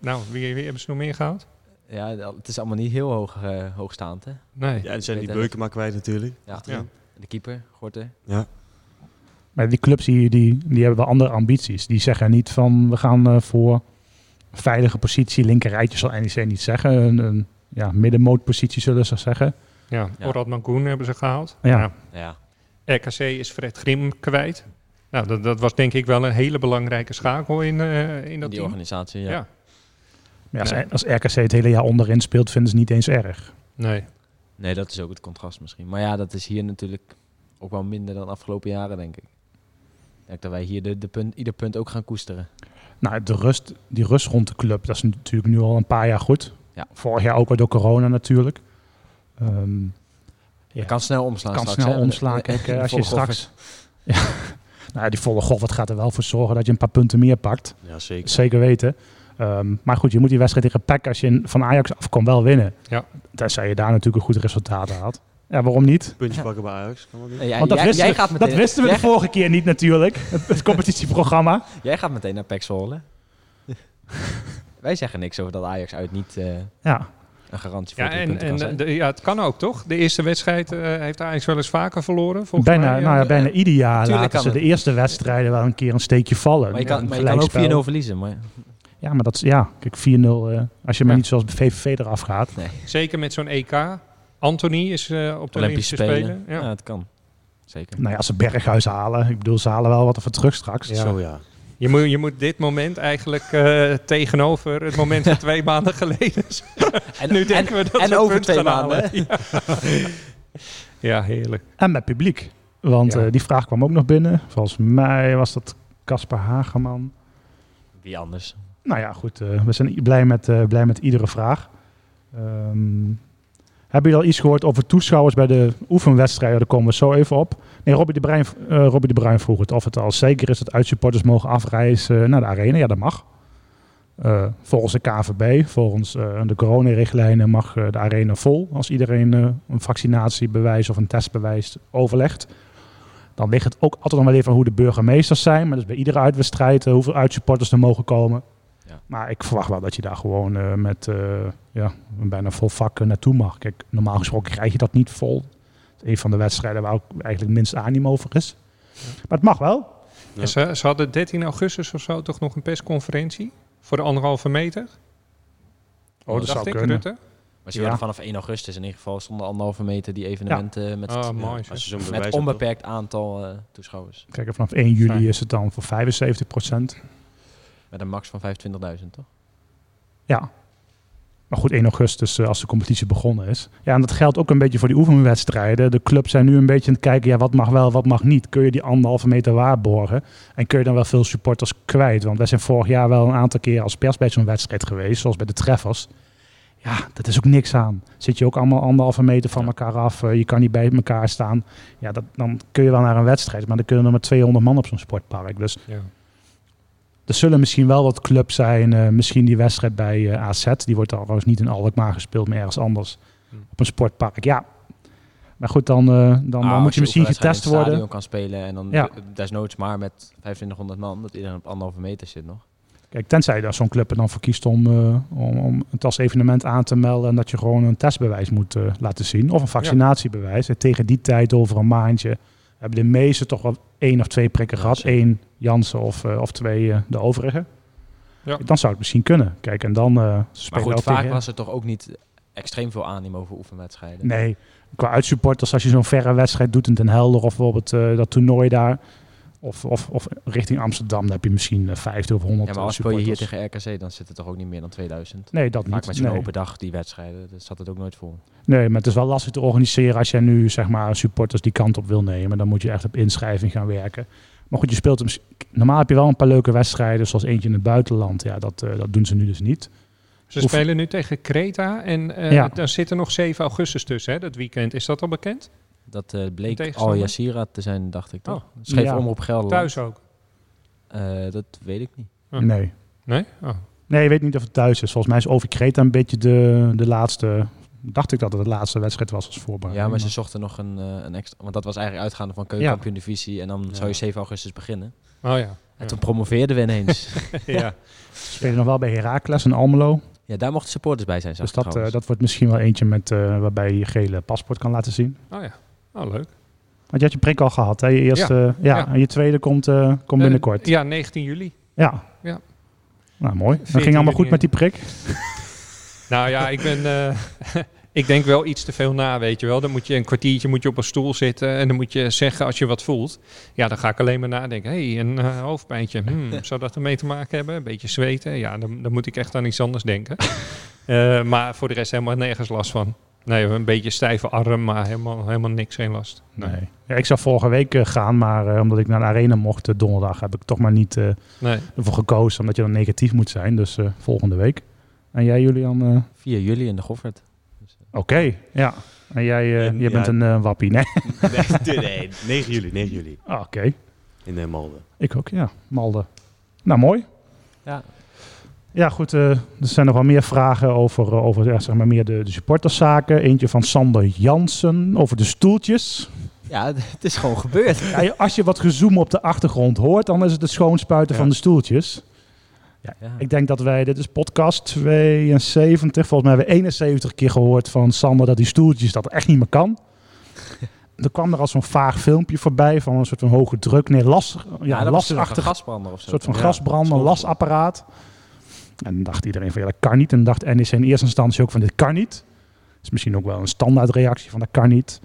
E: nou, wie, wie hebben ze nog meer gehaald?
D: Ja, het is allemaal niet heel hoog, eh, hoogstaand. Hè?
E: Nee.
C: Ja, en zijn
D: Weet
C: die
D: hij
C: beuken maar kwijt natuurlijk.
D: Ja.
E: Ja.
D: De keeper, Gorter.
B: Maar die clubs hier, die, die hebben wel andere ambities. Die zeggen niet van, we gaan eh, voor veilige positie. Linkerrijtje zal NEC niet zeggen. Een, een ja, middenmootpositie zullen ze zeggen.
E: Ja.
D: Ja.
E: Orad Mangoen hebben ze gehaald.
B: Ja.
D: Ja.
E: RKC is Fred Grim kwijt. Nou, dat, dat was denk ik wel een hele belangrijke schakel in, eh, in
D: In
E: dat
D: die
E: team.
D: organisatie, ja.
E: Ja.
B: Maar ja,
E: Nee.
B: als, als RKC het hele jaar onderin speelt, vinden ze het niet eens erg.
E: Nee.
D: Nee, dat is ook het contrast misschien. Maar ja, dat is hier natuurlijk ook wel minder dan afgelopen jaren, denk ik. Ik denk dat wij hier de, de punt, ieder punt ook gaan koesteren.
B: Nou, de rust, die rust rond de club, dat is natuurlijk nu al een paar jaar goed.
D: Ja.
B: Vorig jaar ook wel door corona natuurlijk. Ehm Ja.
D: Het kan snel omslaan
B: kan
D: straks,
B: snel
D: hè.
B: omslaan.
D: De-
B: Kijk,
D: de
B: eh, als je
D: volle
B: straks... Ja, nou, die volle golf, wat gaat er wel voor zorgen dat je een paar punten meer pakt?
C: Ja, zeker.
B: Zeker weten. Ehm, maar goed, je moet die wedstrijd tegen PEC, als je in- van Ajax afkomt, wel winnen.
E: Ja.
B: Tenzij je daar natuurlijk een goed resultaat haalt. Ja, waarom niet?
C: Puntje pakken bij Ajax. Kan dat niet?
D: golf. Ja,
B: Want dat,
D: jij,
B: wisten,
D: jij
B: we-
D: gaat meteen,
B: dat wisten we
D: jij,
B: de vorige keer niet natuurlijk. Het, het competitieprogramma.
D: jij gaat meteen naar Pax Zwolle. wij zeggen niks over dat Ajax uit niet eh,
B: Ja.
D: een garantie voor
E: Ja,
D: ja,
E: en,
D: punten kan
E: en
D: zijn.
E: eh, de- ja, het kan ook, toch? De eerste wedstrijd eh, heeft Ajax wel eens vaker verloren, volgens
B: Bijna,
E: mij. eh.
B: nou ja, bijna ieder jaar
D: tuurlijk
B: laten
D: kan
B: ze de
D: het.
B: eerste wedstrijden wel een keer een steekje vallen.
D: maar je
B: Ja,
D: kan,
B: een
D: maar je kan ook 4-0
B: gelijkspel.
D: verliezen. Maar,
B: Ja, maar dat is, ja, kijk, 4-0. eh, als je maar
E: Ja.
B: niet zoals bij VVV eraf gaat.
E: E Zeker met zo'n EK. Anthony is eh, op de Olympische, Spelen. Ja.
D: het kan. zeker.
B: Nou ja, als ze Berghuis halen. Ik bedoel, ze halen wel wat er voor terug straks.
E: Ja.
C: Zo ja.
E: Je moet, je moet dit moment eigenlijk eh, tegenover het moment van twee maanden geleden. zetten.
D: En,
E: nu denken
D: en,
E: we dat
D: en
E: ze een
D: over
E: punt
D: twee
E: gaan
D: maanden.
E: halen. Ja. ja, heerlijk.
B: En met publiek. Want
E: Ja.
B: eh, die vraag kwam ook nog binnen. Volgens mij was dat Casper Hageman.
D: Wie anders?
B: Nou ja, goed. eh, we zijn i- blij met, eh, blij met iedere vraag. Ehm heb je al iets gehoord over toeschouwers bij de oefenwedstrijden? Daar komen we zo even op. Nee, Robbie de Bruin, eh, Robbie de Bruin vroeg het. Of het al zeker is dat uitsupporters mogen afreizen naar de arena. Ja, dat mag. Eh, volgens de KVB, volgens eh, de coronarichtlijnen mag eh, de arena vol. Als iedereen eh, een vaccinatiebewijs of een testbewijs overlegt. Dan ligt het ook altijd nog wel even aan hoe de burgemeesters zijn. Maar dus bij iedere uitwedstrijd eh, hoeveel uitsupporters er mogen komen.
D: Ja.
B: Maar ik verwacht wel dat je daar gewoon eh, met eh, ja, een bijna vol vak eh, naartoe mag. Kijk, normaal gesproken krijg je dat niet vol. Het is een van de wedstrijden waar ook eigenlijk minst animo over is. Maar het mag
E: Oh,
B: wel.
C: Ja.
E: En Ze, ze hadden 13 augustus of zo toch nog een persconferentie voor de anderhalve meter?
B: Oh,
E: dacht ik, Rutte.
D: Maar ze
B: Ja.
D: wilden vanaf 1 augustus in ieder geval zonder anderhalve meter die evenementen met,
E: Ah,
D: ja,
E: mooi.
C: Als je zo'n bewijs
D: met
C: hebt,
D: onbeperkt aantal eh, toeschouwers.
B: Kijk, en vanaf 1 juli
E: Fijn.
B: is het dan voor 75
D: Met een max van 25.000, toch?
B: Ja. Maar goed, 1 augustus eh, als de competitie begonnen is. Ja, en dat geldt ook een beetje voor die oefenwedstrijden. De clubs zijn nu een beetje aan het kijken, ja, wat mag wel, wat mag niet. Kun je die anderhalve meter waarborgen? En kun je dan wel veel supporters kwijt? Want wij zijn vorig jaar wel een aantal keer als pers bij zo'n wedstrijd geweest, zoals bij de treffers. Ja, dat is ook niks aan. Zit je ook allemaal anderhalve meter van
D: Ja.
B: elkaar af. eh, je kan niet bij elkaar staan. Ja, dat, dan kun je wel naar een wedstrijd. Maar dan kunnen er maar 200 man op zo'n sportpark. Dus
E: Ja.
B: er zullen misschien wel wat clubs zijn. eh, misschien die wedstrijd bij eh, AZ. Die wordt trouwens niet in Alkmaar gespeeld, maar ergens anders.
E: Hmm.
B: Op een sportpark, ja. Maar goed, dan, eh, dan, dan
D: Hm. Ah,
B: moet
D: als
B: je misschien
D: oefenwedstrijd
B: getest
D: in het
B: worden.
D: stadion kan spelen en dan
B: Ja.
D: d- desnoods maar met 2500 man, dat iedereen op anderhalve meter zit nog.
B: Kijk, tenzij dan zo'n club er dan voor kiest om, eh, om, om het als evenement aan te melden. En dat je gewoon een testbewijs moet eh, laten zien. Of een vaccinatiebewijs. En tegen die tijd, over een maandje, hebben de meesten toch wel één of twee prikken
D: Ja,
B: gehad.
D: zeker.
B: Eén Jansen of, eh, of twee eh, de overige.
E: Ja.
B: Dan zou het misschien kunnen. Kijk, en dan eh
D: Maar
B: spelen we
D: goed,
B: ook
D: vaak
B: tegen-
D: was er toch ook niet extreem veel animo voor oefenwedstrijden.
B: Nee, qua uitsupporters, als je zo'n verre wedstrijd doet in Den Helder of bijvoorbeeld eh, dat toernooi daar. Of, of, of richting Amsterdam, dan heb je misschien eh, 50 of 100
D: Ja, maar als speel je
B: supporters.
D: hier tegen RKC, dan zit er toch ook niet meer dan 2000.
B: Nee, dat
D: Vaak met
B: niet.
D: zo'n
B: Nee.
D: open dag die wedstrijden, daar zat het ook nooit vol.
B: nee, maar het is wel lastig te organiseren als jij nu zeg maar supporters die kant op wil nemen. Dan moet je echt op inschrijving gaan werken. Maar goed, je speelt hem. Normaal heb je wel een paar leuke wedstrijden, zoals eentje in het buitenland. Ja, dat, eh, dat doen ze nu dus niet.
E: Ze
B: Oef-
E: spelen nu tegen Creta en eh,
B: Ja.
E: dan zit er nog 7 augustus tussen, hè, dat weekend. Is dat al bekend?
D: Dat eh, bleek
E: Tegenstander?
D: al Yassira te zijn, dacht ik toch?
E: Oh.
D: Schreef
B: Ja.
D: omroep Gelderland.
E: Thuis ook?
D: Eh, dat weet ik niet.
E: Ja.
B: Nee.
E: Nee? Oh.
B: Nee, ik weet niet of het thuis is. Volgens mij is over Creta een beetje de, de laatste. Dacht ik dat het de laatste wedstrijd was als voorbereiding.
D: Ja, maar ze zochten nog een, eh, een extra... Want dat was eigenlijk uitgaande van keukenkampioen divisie. En dan
C: Ja.
D: zou je 7 augustus beginnen.
E: Oh ja.
D: En toen promoveerden we ineens.
E: ja.
B: Ze spelen nog wel bij Heracles en Almelo.
D: ja, daar mochten supporters bij zijn, zag
B: dus
D: ik
B: dat, eh,
D: trouwens.
B: dat wordt misschien wel eentje met, eh, waarbij je je gele paspoort kan laten zien.
E: Oh ja. Oh, leuk.
B: Want je had je prik al gehad, hè? Je eerste, ja.
E: ja.
B: En je tweede komt, eh, komt binnenkort.
E: Eh, ja, 19 juli.
B: ja.
E: ja.
B: Nou, mooi. Dat
E: 14
B: ging allemaal goed
E: juni.
B: met die prik.
E: Nou ja, ik ben. eh, ik denk wel iets te veel na, weet je wel. Dan moet je een kwartiertje moet je op een stoel zitten en dan moet je zeggen als je wat voelt. Ja, dan ga ik alleen maar nadenken. Hé, hey, een eh, hoofdpijntje. Hmm, zou dat ermee te maken hebben? Een beetje zweten. Ja, dan, dan moet ik echt aan iets anders denken. Eh, maar voor de rest helemaal nergens last van. Nee, een beetje stijve arm, maar helemaal, helemaal niks geen last.
B: Nee. Ja, ik zou vorige week eh, gaan, maar eh, omdat ik naar de arena mocht eh, donderdag, heb ik toch maar niet eh,
E: nee.
B: ervoor gekozen. Omdat je dan negatief moet zijn. Dus eh, volgende week. En jij, Julian? eh,
D: 4 juli in de Goffert.
B: Oké, ja. En jij eh,
C: En,
B: jij bent
C: ja.
B: een eh, wappie, nee?
C: Nee, nee, 9 juli, 9 juli.
B: Ah, Oké,
C: In eh, Malden.
B: ik ook, ja. Malden. Nou, mooi.
D: Ja.
B: Ja, goed. eh, er zijn nog wel meer vragen over, eh, over ja, zeg maar meer de, de supporterszaken. Eentje van Sander Jansen over de stoeltjes.
D: ja, het is gewoon gebeurd.
B: Ja, je- als je wat gezoem op de achtergrond hoort, dan is het het schoonspuiten
E: Ja.
B: van de stoeltjes.
D: Ja.
B: Ik denk dat wij, dit is podcast 72, volgens mij hebben we 71 keer gehoord van Sander dat die stoeltjes dat echt niet meer kan. Er kwam er al zo'n vaag filmpje voorbij van een soort van hoge druk. Nee, las, ja,
D: dat was toen nog
B: lasachtig
D: een gasbrander of zo.
B: Een soort van
D: Ja,
B: grasbrand, een
D: klopt.
B: lasapparaat. En dan dacht iedereen van ja, dat kan niet. En E dan dacht NEC in eerste instantie ook van dit kan niet. Dat is misschien ook wel een standaardreactie van dat kan niet.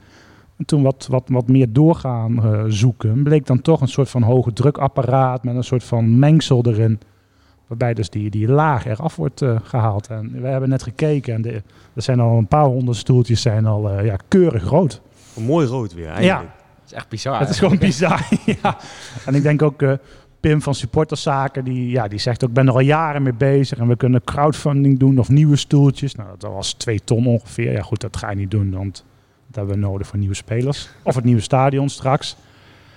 B: En toen wat, wat, wat meer doorgaan eh, zoeken, bleek dan toch een soort van hoge drukapparaat met een soort van mengsel erin. Waarbij dus die, die laag eraf wordt eh, gehaald. En we hebben net gekeken en de, er zijn al een paar honderd stoeltjes zijn al eh, ja, keurig rood.
C: Een mooi rood weer eigenlijk.
D: Dat is echt bizar.
B: Het is gewoon bizar. ja. En ik denk ook eh, Pim van Supporterszaken, die, ja, die zegt ook, ik ben er al jaren mee bezig en we kunnen crowdfunding doen of nieuwe stoeltjes. Nou, dat was twee ton ongeveer. Ja goed, dat ga je niet doen, want dat hebben we nodig voor nieuwe spelers. Of het nieuwe stadion straks.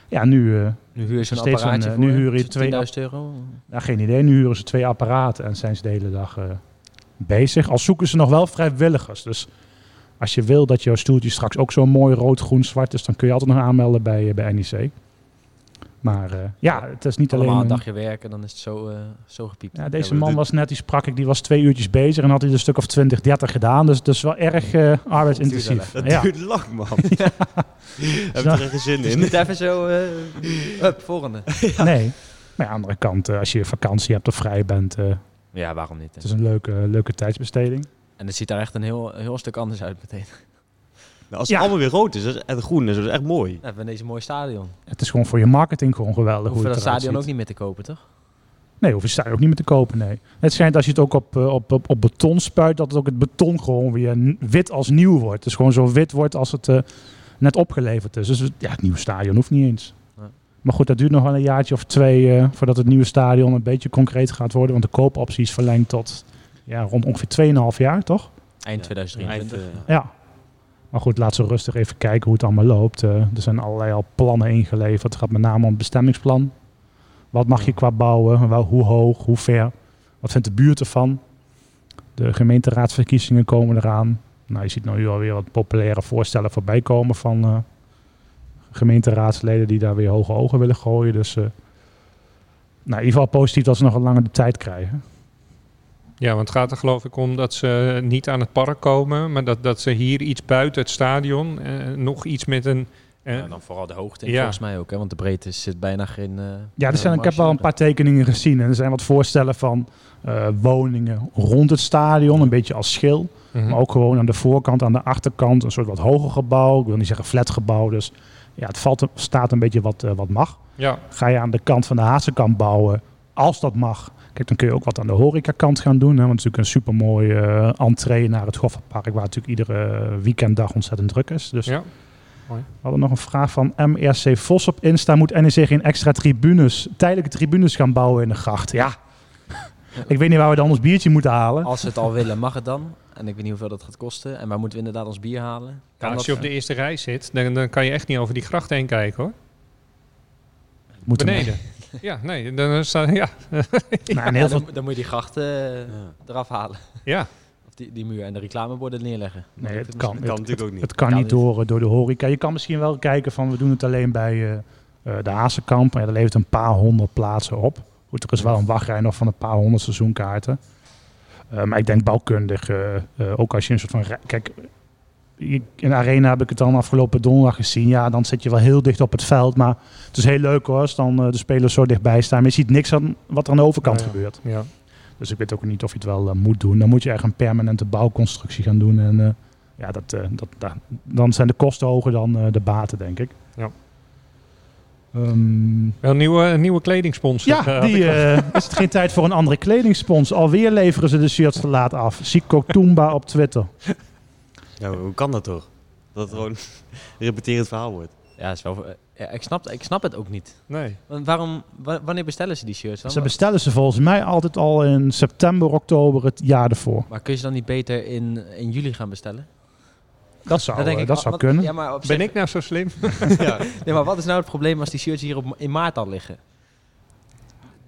B: Ja, nu, eh,
D: Nu huur je zo'n
B: Steeds zo'n,
D: apparaatje
B: eh,
D: voor
B: nu huur je
D: 10.000
B: twee-
D: euro.
B: nou, geen idee, nu huren ze twee apparaten en zijn ze de hele dag eh, bezig. Al zoeken ze nog wel vrijwilligers, dus... Als je wil dat jouw stoeltje straks ook zo mooi rood, groen, zwart is, dan kun je altijd nog aanmelden bij, eh, bij NEC. Maar eh, ja, het is niet alleen
D: Allemaal een
B: een-
D: dagje werken, dan is het zo, eh, zo gepiept.
B: Ja, deze
C: Ja, maar
B: man
C: dit-
B: was net, die sprak ik, die was twee uurtjes bezig en had hij een stuk of 20, 30 gedaan. Dus dat is wel erg eh, arbeidsintensief.
C: Dat
B: Ja.
C: duurt lang, man. Heb je
B: Zo.
C: er geen zin
D: Dus
C: in?
D: niet even zo, eh up, volgende.
B: Nee. Maar aan de andere kant, eh, als je vakantie hebt of vrij bent, eh,
D: Ja, waarom niet?
B: het is een leuke, leuke tijdsbesteding.
D: Dus- En het ziet er echt een heel, een heel stuk anders uit meteen.
C: Nou, als
B: Ja.
C: het allemaal weer rood is dat is- en groen is, dat is echt mooi.
D: We hebben deze mooie stadion.
B: Het is gewoon voor je marketing gewoon geweldig
D: Hoeven
B: hoe
D: we dat
B: het
D: stadion ook
B: niet.
D: niet meer te kopen, toch?
B: Nee, hoef je sta- ook niet meer te kopen, nee. Het schijnt als je het ook op, eh, op, op, op beton spuit, dat het ook het beton gewoon weer n- wit als nieuw wordt. Dus gewoon zo wit wordt als het eh, net opgeleverd is. Dus het- ja, het nieuwe stadion hoeft niet eens.
D: Nee.
B: Maar goed, dat duurt nog wel een jaartje of twee eh, voordat het nieuwe stadion een beetje concreet gaat worden. Want de koopoptie is verlengd tot ja, rond ongeveer 2,5 jaar, toch?
D: Eind
C: Ja.
D: 2023.
C: Eind, eh,
B: Ja. Maar goed, laten we rustig even kijken hoe het allemaal loopt. Eh, er zijn allerlei al plannen ingeleverd. Het gaat met name om het bestemmingsplan. Wat mag je qua bouwen? Wel, hoe hoog? Hoe ver? Wat vindt de buurt ervan? De gemeenteraadsverkiezingen komen eraan. Nou, je ziet nu alweer wat populaire voorstellen voorbij komen van eh, gemeenteraadsleden die daar weer hoge ogen willen gooien. Dus eh, nou, in ieder geval positief dat ze nog een lange de tijd krijgen.
E: Ja, want het gaat er geloof ik om dat ze eh, niet aan het park komen, maar dat, dat ze hier iets buiten het stadion, eh, nog iets met een... eh,
D: Ja, dan vooral de hoogte in,
E: Ja.
D: volgens mij ook, hè? want de breedte zit bijna geen... eh,
B: Ja, er zijn, ik heb
D: marge
B: wel een
D: meer.
B: paar tekeningen gezien. En er zijn wat voorstellen van eh, woningen rond het stadion. Een beetje als schil.
E: mhm.
B: Maar ook gewoon aan de voorkant, aan de achterkant. Een soort wat hoger gebouw. Ik wil niet zeggen flatgebouw. Dus ja, het valt, staat een beetje wat, eh, wat mag.
E: Ja,
B: Ga je aan de kant van de Hazenkant bouwen. Als dat mag. Kijk, dan kun je ook wat aan de horecakant gaan doen. Hè, want het is natuurlijk een supermooi eh entree naar het Goffertpark. Waar natuurlijk iedere weekenddag ontzettend druk is. Dus
E: ja.
B: we hadden nog een vraag van MRC Vos op Insta. Moet NEC geen extra tribunes, tijdelijke tribunes gaan bouwen in de gracht? Ja. Ik weet niet waar we dan ons biertje moeten halen.
D: Als ze het al willen, mag het dan. En ik weet niet hoeveel dat gaat kosten. En waar moeten we inderdaad ons bier halen? Kan
E: als
D: dat?
E: je op de eerste rij zit, dan, dan kan je echt niet over die gracht heen kijken hoor.
B: Moeten we-
E: Beneden. Ja, nee, dan eh, staat... Ja,
B: Nou, en
D: Ja,
B: heel
D: dan,
B: veel,
D: dan moet je die grachten eh,
C: Ja.
D: eraf halen.
E: ja.
D: Of die, die muur en de reclameborden neerleggen.
B: nee, het
C: Dat
B: kan,
C: kan
B: het,
C: natuurlijk ook niet.
B: het kan
D: Ja,
B: niet
D: dit-
B: door, eh, door de horeca. Je kan misschien wel kijken van we doen het alleen bij eh, eh, de Hazenkamp. Maar ja, dat levert een paar honderd plaatsen op. Goed, er is wel een wachtrij nog van een paar honderd seizoenkaarten. Eh, maar ik denk bouwkundig, eh, eh, ook als je een soort van... rij- Kijk, je- in de arena heb ik het dan afgelopen donderdag gezien. Ja, dan zit je wel heel dicht op het veld. Maar het is heel leuk hoor, als dan eh, de spelers zo dichtbij staan. Maar je ziet niks aan wat er aan de overkant
E: Ja, ja.
B: gebeurt.
E: ja.
B: Dus ik weet ook niet of je het wel eh, moet doen. Dan moet je echt een permanente bouwconstructie gaan doen. En eh, ja, dat, eh, dat, da- dan zijn de kosten hoger dan eh, de baten, denk ik.
E: Ja.
B: Ehm,
E: Wel een nieuwe, een nieuwe kledingsponsor. eh,
B: ja,
E: had ik
B: die, eh, is het geen tijd voor een andere kledingspons. Alweer leveren ze de shirts te laat af. Zico Toomba op Twitter.
C: Ja, hoe kan dat toch? Dat het gewoon een repeterend verhaal wordt.
D: Ja, is wel, eh, ja, ik, snap, ik snap het ook niet.
E: Nee.
D: Want waarom, wa- wanneer bestellen ze die shirts dan?
B: Ze bestellen ze volgens mij altijd al in september, oktober het jaar ervoor.
D: maar kun je ze dan niet beter in, in juli gaan bestellen?
B: Dat zou,
D: Dan denk
B: Nou, eh, dat
D: ik, wa-
B: zou
D: wat-
B: kunnen.
D: Ja, maar op
E: Ben
D: zich-
E: ik nou zo slim?
D: Nee, maar wat is nou het probleem als die shirts hier op, in maart al liggen?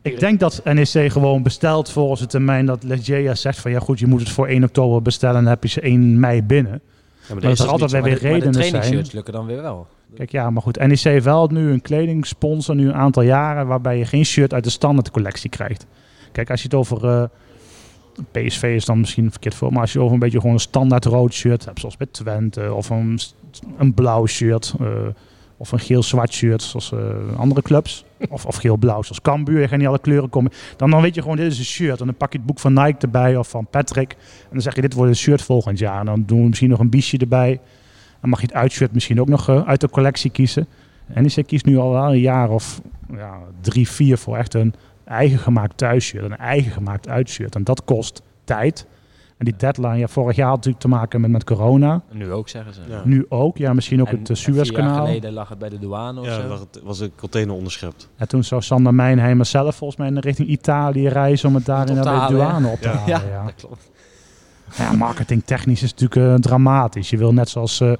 B: Ik denk dat NEC gewoon bestelt volgens de termijn dat Legia zegt van ja goed, je moet het voor 1 oktober bestellen en dan heb je ze 1 mei binnen.
C: Ja, maar
B: Maar dat er
C: toch
B: altijd
C: niet
B: weer
C: zo.
D: Maar de, maar de
B: redenen
D: training
B: zijn.
D: shirts lukken dan weer wel.
B: Kijk ja, maar goed, NEC wel nu een kledingsponsor nu een aantal jaren waarbij je geen shirt uit de standaard collectie krijgt. Kijk, als je het over eh, PSV is dan misschien verkeerd voor, maar als je het over een beetje gewoon een standaard rood shirt hebt, zoals bij Twente, of een, s- een blauw shirt, eh, of een geel-zwart shirt, zoals eh, andere clubs, of, of geel-blauw, zoals Cambuur, je gaat niet alle kleuren komen, dan, dan weet je gewoon, dit is een shirt, en dan pak je het boek van Nike erbij, of van Patrick, en dan zeg je, dit wordt een shirt volgend jaar, en dan doen we misschien nog een biesje erbij. Dan mag je het uitshirt misschien ook nog eh, uit de collectie kiezen. NEC kiest nu al wel een jaar of ja, drie, vier voor echt een eigen gemaakt thuisshirt, een eigen gemaakt uitshirt. En dat kost tijd. En die deadline, ja, vorig jaar had natuurlijk te maken met, met corona.
D: Nu ook, zeggen ze.
C: Ja.
B: Nu ook, ja, misschien ook
D: En-
B: het
D: en
B: eh,
D: vier jaar
B: Suezkanaal.
D: geleden lag het bij de douane of
C: Ja,
D: zo.
C: lag het- was een container onderschept.
B: En toen zou Sander Mijnheimer zelf volgens mij naar richting Italië reizen om het daar
D: Om
B: in
D: het op te
B: de
D: halen,
B: douane op te
C: Ja.
B: halen.
D: ja,
B: Ah, Ja.
D: dat klopt.
B: Ja, marketingtechnisch is het natuurlijk eh, dramatisch. Je wil net zoals eh,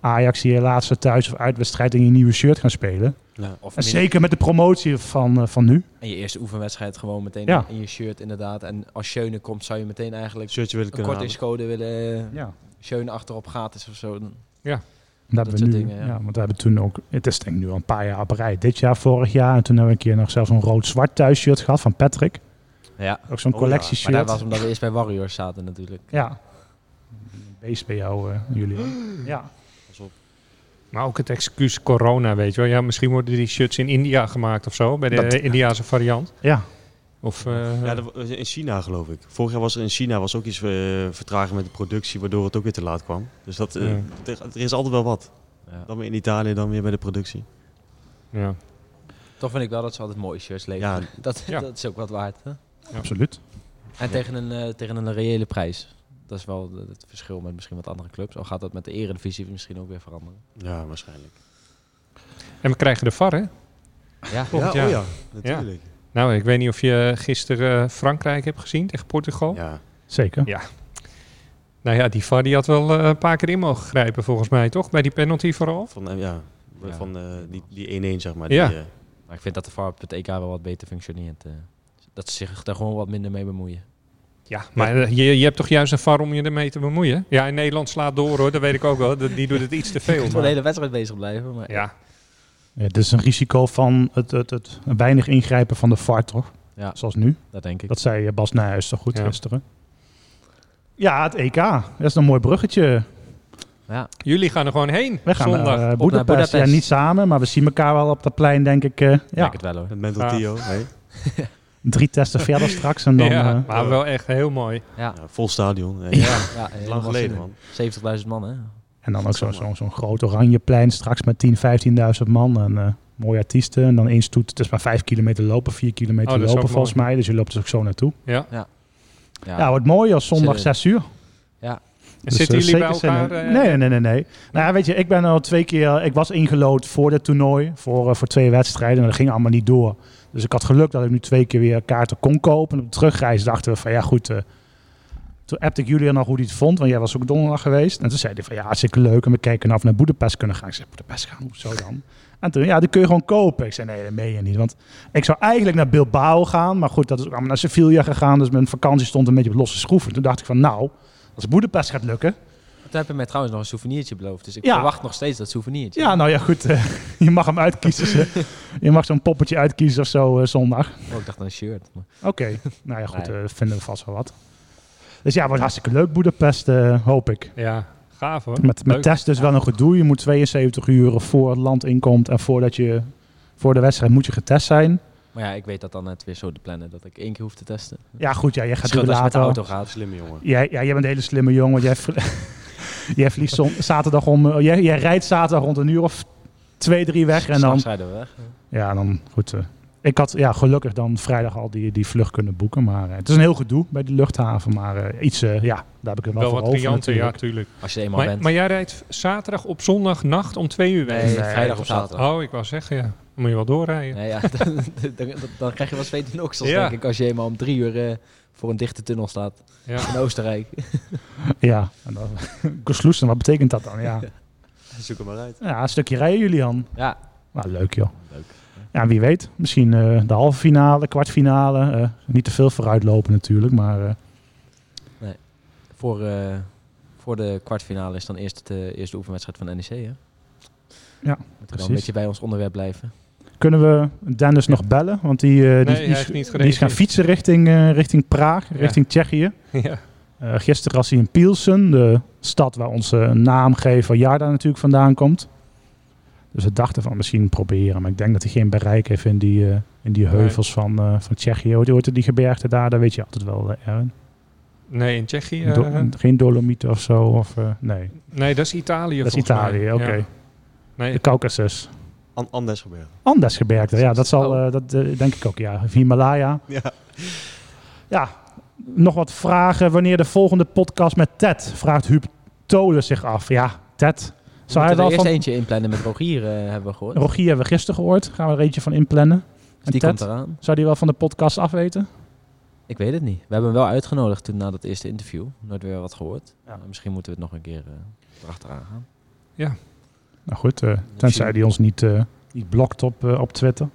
B: Ajax die je laatste thuis- of uitwedstrijd in je nieuwe shirt gaan spelen.
C: Ja.
D: Of
B: En
D: min-
B: zeker met de promotie van, eh, van nu.
D: En je eerste oefenwedstrijd gewoon meteen
B: Ja.
D: in je shirt inderdaad. En als Schöne komt, zou je meteen eigenlijk
C: Shirtje willen
D: een
C: kunnen halen.
D: kortingscode willen.
B: Ja.
D: Schöne achterop gratis of zo. Dan-
B: Dat
D: Dat
B: hebben we
D: soort
B: nu,
D: dingen,
B: ja.
D: ja.
B: want we hebben toen ook, het is denk ik nu al een paar jaar op rij. Dit jaar, vorig jaar. En toen hebben we een keer nog zelfs een rood-zwart thuisshirt gehad van Patrick.
D: Ja,
B: Ook zo'n
C: Oh ja,
D: maar
B: collectieshirt.
D: dat was omdat we eerst bij Warriors zaten natuurlijk.
B: Ja. Beest bij jou, eh, jullie. Ja.
E: Maar ook het excuus corona, weet je wel. Ja, misschien worden die shirts in India gemaakt of zo, bij de
B: Dat-
E: eh, Indiase variant.
B: ja.
E: Of, eh,
C: Ja, dat was in China geloof ik. Vorig jaar was er in China was ook iets eh, vertraging met de productie, waardoor het ook weer te laat kwam. Dus dat, eh,
E: Ja.
C: er, er is altijd wel wat.
D: Ja.
C: Dan weer in Italië, dan weer bij de productie.
E: ja.
D: Toch vind ik wel dat ze altijd mooie shirts leveren. Dat,
E: Ja.
D: dat is ook wat waard. Hè?
B: absoluut.
D: En tegen een, eh, tegen een reële prijs. Dat is wel de- het verschil met misschien wat andere clubs. Al gaat dat met de eredivisie misschien ook weer veranderen.
C: Ja, waarschijnlijk.
E: En we krijgen de VAR, hè?
D: Ja,
E: Volgend jaar.
C: ja, natuurlijk.
E: Nou, ik weet niet of je gisteren eh, Frankrijk hebt gezien tegen Portugal.
C: Ja.
B: Zeker.
E: Ja. Nou ja, die VAR die had wel eh, een paar keer in mogen grijpen, volgens mij, toch? Bij die penalty vooral.
C: Van, eh, ja,
D: Ja.
C: van eh, die, die 1-1 zeg maar.
E: Ja.
C: Die, eh,
D: maar ik vind dat de VAR op het EK wel wat beter functioneert. eh. dat ze zich daar gewoon wat minder mee bemoeien.
E: Ja, maar eh, je, je hebt toch juist een VAR om je ermee te bemoeien? Ja, in Nederland slaat door, hoor. Dat weet ik ook wel. Dat- Die doet het iets te
D: Je
E: veel.
D: kunt wel de
E: maar-
D: hele wedstrijd bezig blijven. Maar
E: Ja,
B: Ja, Het is een risico van het, het, het weinig ingrijpen van de VAR, toch?
D: Ja.
B: Zoals nu.
D: dat denk ik.
B: Dat zei eh, Bas Nijhuis toch goed
E: Ja.
B: gisteren. Ja, het EK. Dat is een mooi bruggetje.
E: jullie gaan er gewoon heen
B: We gaan
E: zondag.
B: naar eh,
D: Op naar
B: Boedapest. Ja,
D: Boedapest.
B: niet samen, maar we zien elkaar wel op dat plein, denk ik. eh,
D: Ik denk
B: ja,
D: het wel hoor.
C: het mental
E: Ah.
C: Theo. hè?
B: drie testen verder straks. En dan,
E: ja,
B: eh,
E: maar wel echt heel mooi.
D: Ja,
C: Ja, vol stadion. hè.
D: ja. helemaal
C: Lang geleden
D: zin
C: man.
D: in. 70.000 man hè.
B: en dan ook zo'n
C: Zomaar.
B: zo'n- zo'n groot oranje plein straks met 10, 15.000 man. En eh, mooie artiesten. En dan één stoet. Het is maar vijf kilometer lopen, vier kilometer
E: Oh, dat is
B: lopen
E: ook
B: volgens mij. Dus je loopt dus ook zo naartoe.
E: Ja.
B: Ja, wordt mooi als zondag
D: Zin in.
B: 6 uur.
E: En
B: Dus,
E: zitten
B: eh,
E: jullie bij
B: zeker
E: elkaar?
B: zin in.
E: eh,
B: nee, nee, nee, nee. Nou, ja, weet je, ik ben al twee keer. eh, Ik was ingelood voor dit toernooi. Voor, eh, voor twee wedstrijden. En dat ging allemaal niet door. Dus ik had geluk dat ik nu twee keer weer kaarten kon kopen. En op de terugreis dachten we van ja, goed. eh, toen appte ik Julian al hoe hij het vond. Want jij was ook donderdag geweest. En toen zei hij van ja, hartstikke leuk. En we kijken of we naar Boedapest kunnen gaan. Ik zei, Boedapest gaan? Hoezo dan? En toen, ja, die kun je gewoon kopen. Ik zei, nee, dat meen je niet. Want ik zou eigenlijk naar Bilbao gaan. Maar goed, dat is ook allemaal naar Sevilla gegaan. Dus mijn vakantie stond een beetje op losse schroeven. Toen dacht ik van, nou, als Boedapest gaat lukken,
D: Toen heb je mij trouwens nog een souvenirtje beloofd. Dus ik
B: Ja.
D: verwacht nog steeds dat souvenirtje.
B: Ja, nou ja, goed. eh, je mag hem uitkiezen. ze. je mag zo'n poppetje uitkiezen of zo eh, zondag.
D: Oh, ik dacht aan een shirt. Maar
B: Oké, nou ja, goed.
D: Nee.
B: eh, vinden we vast wel wat. Dus ja, wordt hartstikke leuk Boedapest, eh, hoop ik.
E: Ja, gaaf hoor.
B: Met, met
E: Leuk.
B: test is wel een gedoe. Je moet 72 uur voor het land inkomt en voordat je voor de wedstrijd moet je getest zijn.
D: Maar ja, ik weet dat dan net weer zo te plannen dat ik één keer hoef te testen.
B: Ja, goed, ja, jij gaat
D: Verschil
B: natuurlijk
D: als je met de
B: later.
D: auto
C: Ah,
D: gaat.
C: Slimme jongen.
B: Jij, ja, jij bent een hele slimme jongen. want Jij, ver- jij vliegt zon- zaterdag om. eh, jij, jij rijdt zaterdag rond een uur of twee, drie weg. En dan
D: S'nachts rijden we weg.
B: Ja, dan goed. eh, ik had ja, gelukkig dan vrijdag al die, die vlucht kunnen boeken. Maar eh, het is een heel gedoe bij de luchthaven. Maar eh, iets, eh, ja, daar heb ik het wel,
E: Wel
B: voor
E: wat
B: over
E: trianten, ja,
B: natuurlijk.
E: tuurlijk.
D: Als je er eenmaal
E: Maar,
D: bent.
E: maar jij rijdt zaterdag op zondagnacht om twee uur weg?
D: nee,
B: Nee,
D: vrijdag of zaterdag.
E: Oh, ik wou zeggen, ja. Moet je wel doorrijden.
D: Nee, ja, dan, dan, dan- dan krijg je wel zweet en oksels,
E: Ja.
D: denk ik. Als je eenmaal om drie uur eh, voor een dichte tunnel staat
E: Ja.
D: in Oostenrijk.
B: Ja, en dan, Gesloesden, wat betekent dat dan? Ja.
C: Zoek hem maar uit.
B: ja, een stukje rijden, Julian.
D: Ja,
B: Nou, leuk joh.
D: Leuk.
B: Ja, wie weet. Misschien eh, de halve finale, kwartfinale. eh, niet te veel vooruitlopen natuurlijk, maar... eh,
D: voor, eh, voor de kwartfinale is dan eerst de eerste oefenwedstrijd van NEC, hè? Moeten we dan
B: Precies.
D: een beetje bij ons onderwerp blijven.
B: Kunnen we Dennis nog bellen? Want die, eh, die,
E: Nee, hij
B: die,
E: heeft
B: is-
E: niet
B: die is gaan
E: gereageerd.
B: fietsen richting, eh, richting Praag, richting Tsjechië.
E: Ja.
B: Eh, gisteren was hij in Pilsen, de stad waar onze naamgever Jarda natuurlijk vandaan komt. Dus we dachten van misschien proberen, maar ik denk dat hij geen bereik heeft in die, eh, in die heuvels van, eh, van Tsjechië. Hoe hoort die gebergte daar? Daar weet je altijd wel, eh, Erwin.
E: Nee, in Tsjechië.
B: Do-
E: eh,
B: geen Dolomieten of zo? Of, eh, nee,
E: nee, dat is Italië.
B: dat is
E: volgens mij.
B: Italië, oké.
E: Ja. Nee,
B: De Caucasus.
C: An Andesgebergte.
B: Andesgebergte, ja, dat zal,
D: Oh.
B: eh, dat eh, denk ik ook, ja. Of Himalaya.
C: Ja.
B: Ja, nog wat vragen. Wanneer de volgende podcast met Ted? Vraagt Huub Tolen zich af. Ja, Ted.
D: We
B: Zou hij
D: moeten er
B: wel
D: eerst
B: van...
D: eentje inplannen met Rogier, eh, hebben we gehoord.
B: Rogier hebben we gisteren gehoord. Gaan we er eentje van inplannen.
D: Dus
B: En
D: die
B: Ted,
D: komt eraan.
B: zou die wel van de podcast afweten?
D: Ik weet het niet. We hebben hem wel uitgenodigd toen na dat eerste interview. Nooit weer wat gehoord.
B: Ja.
D: Maar misschien moeten we het nog een keer eh, erachteraan gaan.
B: Nou goed, eh, tenzij
D: Misschien.
B: die ons niet, eh, niet blokt op, eh, op Twitter.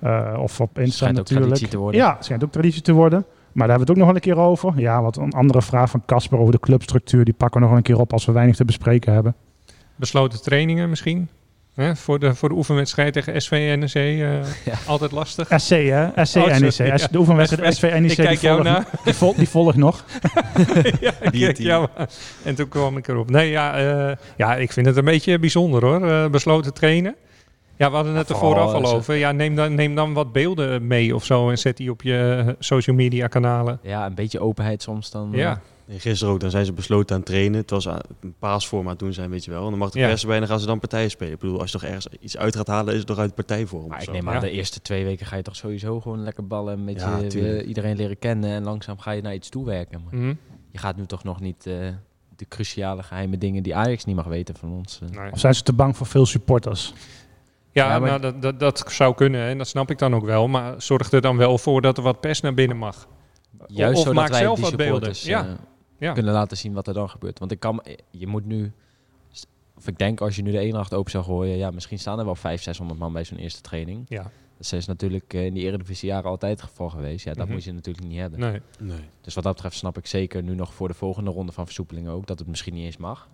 B: Eh, of op Insta
D: Schijnt ook
B: natuurlijk.
D: traditie te worden.
B: Ja, het schijnt ook traditie te worden. Maar daar hebben we het ook nog wel een keer over. Ja, wat een andere vraag van Casper over de clubstructuur. Die pakken we nog wel een keer op als we weinig te bespreken hebben.
E: besloten trainingen misschien. Hè? Voor, de, voor de oefenwedstrijd tegen SV NEC. eh,
D: Ja.
E: Altijd lastig.
B: SC, hè? SC,
E: Oh, sorry,
B: NEC.
E: ja.
B: De oefenwedstrijd SV, NEC.
E: Ik kijk
B: E die
E: jou
B: volgt-
E: na.
B: Die, vol, die volgt nog.
E: ja, ik
C: Die
E: kijk
C: team.
E: jou aan. En toen kwam ik erop. Nee, ja, eh, ja, ik vind het een beetje bijzonder hoor. Eh, besloten trainen. Ja, we hadden het er
D: vooral,
E: vooraf
D: eh,
E: al
D: ze-
E: over. Ja, neem dan, neem dan wat beelden mee of zo en zet die op je eh, social media kanalen.
D: Ja, een beetje openheid soms dan. eh,
E: Ja,
C: Nee, gisteren ook, dan zijn ze besloten aan het trainen. Het was aan- een paasvorm aan het doen zijn, weet je wel. En dan mag de
E: Ja.
C: pers erbij en dan gaan ze dan partijen spelen. Ik bedoel, als je toch ergens iets uit gaat halen, is het toch uit partijvorm.
D: Maar
C: of
D: ik
C: zo.
D: neem aan,
E: Ja.
D: de eerste twee weken ga je toch sowieso gewoon lekker ballen. Een beetje
C: Ja,
D: eh,
C: tuurlijk.
D: weer iedereen leren kennen. En langzaam ga je naar iets toewerken. Maar
E: Mhm.
D: je gaat nu toch nog niet eh, de cruciale geheime dingen die Ajax niet mag weten van ons. eh.
E: Nee.
B: Of zijn ze te bang voor veel supporters?
E: ja,
D: Ja, maar-
E: nou, dat, dat, dat zou kunnen hè, en dat snap ik dan ook wel. Maar zorg er dan wel voor dat er wat pers naar binnen mag.
D: Juist
E: of
D: zodat
E: maak
D: wij
E: zelf
D: die
E: wat beelden.
D: supporters
E: Ja.
D: eh,
E: Ja.
D: kunnen laten zien wat er dan gebeurt. Want ik kan, eh, je moet nu, of ik denk als je nu de Eendracht open zou gooien, ja, misschien staan er wel 500, 600 man bij zo'n eerste training.
E: Ja,
D: Dat is natuurlijk eh, in die Eredivisie jaren altijd het geval geweest. Ja, dat
E: Mhm.
D: moet je natuurlijk niet hebben.
E: nee.
C: Nee.
D: Dus wat dat betreft snap ik zeker nu nog voor de volgende ronde van versoepelingen ook dat het misschien niet eens mag.
E: Ja,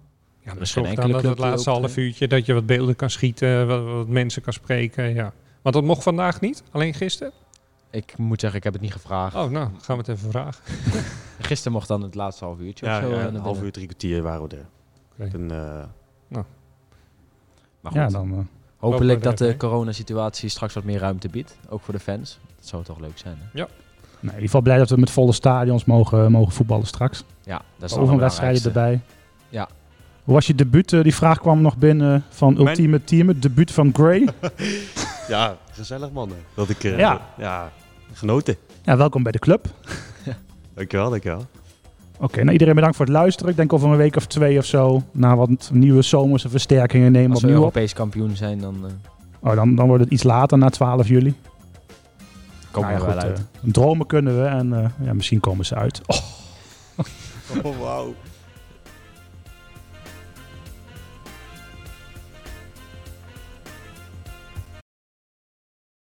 D: Er
E: maar
D: is geen
E: zorg dan
D: enkele
E: dat
D: club
E: het
D: die
E: laatste
D: ook, eh,
E: half uurtje dat je wat beelden kan schieten, wat, wat mensen kan spreken. Ja. Want dat mocht vandaag niet, alleen gisteren.
D: Ik moet zeggen, ik heb het niet gevraagd.
E: Oh, nou, gaan we het even vragen.
D: Gisteren mocht dan het laatste half uurtje
C: Ja,
D: of zo.
C: ja,
D: eh,
C: een
D: naar
C: half
D: binnen.
C: uur, drie kwartier waren we er.
E: Oké.
C: Toen, eh,
D: Maar goed,
B: Ja, dan... eh,
D: hopelijk
E: Lopen we
D: dat de
E: even,
D: coronasituatie straks wat meer ruimte biedt. Ook voor de fans. Dat zou toch leuk zijn. Hè?
B: Nee, in ieder geval blij dat we met volle stadions mogen, eh, mogen voetballen straks.
D: Ja, dat is
B: Over een wedstrijd
D: erbij.
B: erbij.
D: Ja.
B: Hoe was je debuut? Eh, Die vraag kwam nog binnen van
C: Mijn-
B: Ultimate Team. Het debuut van Gray.
C: ja, gezellig mannen. Dat ik, eh,
B: Ja.
C: ja. genoten.
B: Ja, welkom bij de club. Oké,
C: Dankjewel, dankjewel.
B: nou iedereen bedankt voor het luisteren. Ik denk over een week of twee of zo. Na wat nieuwe zomerse versterkingen nemen we
D: Als we
B: opnieuw op.
D: Europees kampioen zijn, dan eh,
B: Oh, dan, dan wordt het iets later, na 12 juli.
D: komen
B: Nou
D: we
B: ja,
D: er wel
B: goed,
D: uit.
B: eh, dromen kunnen we en eh, ja, misschien komen ze uit. Oh,
C: Oh, wauw.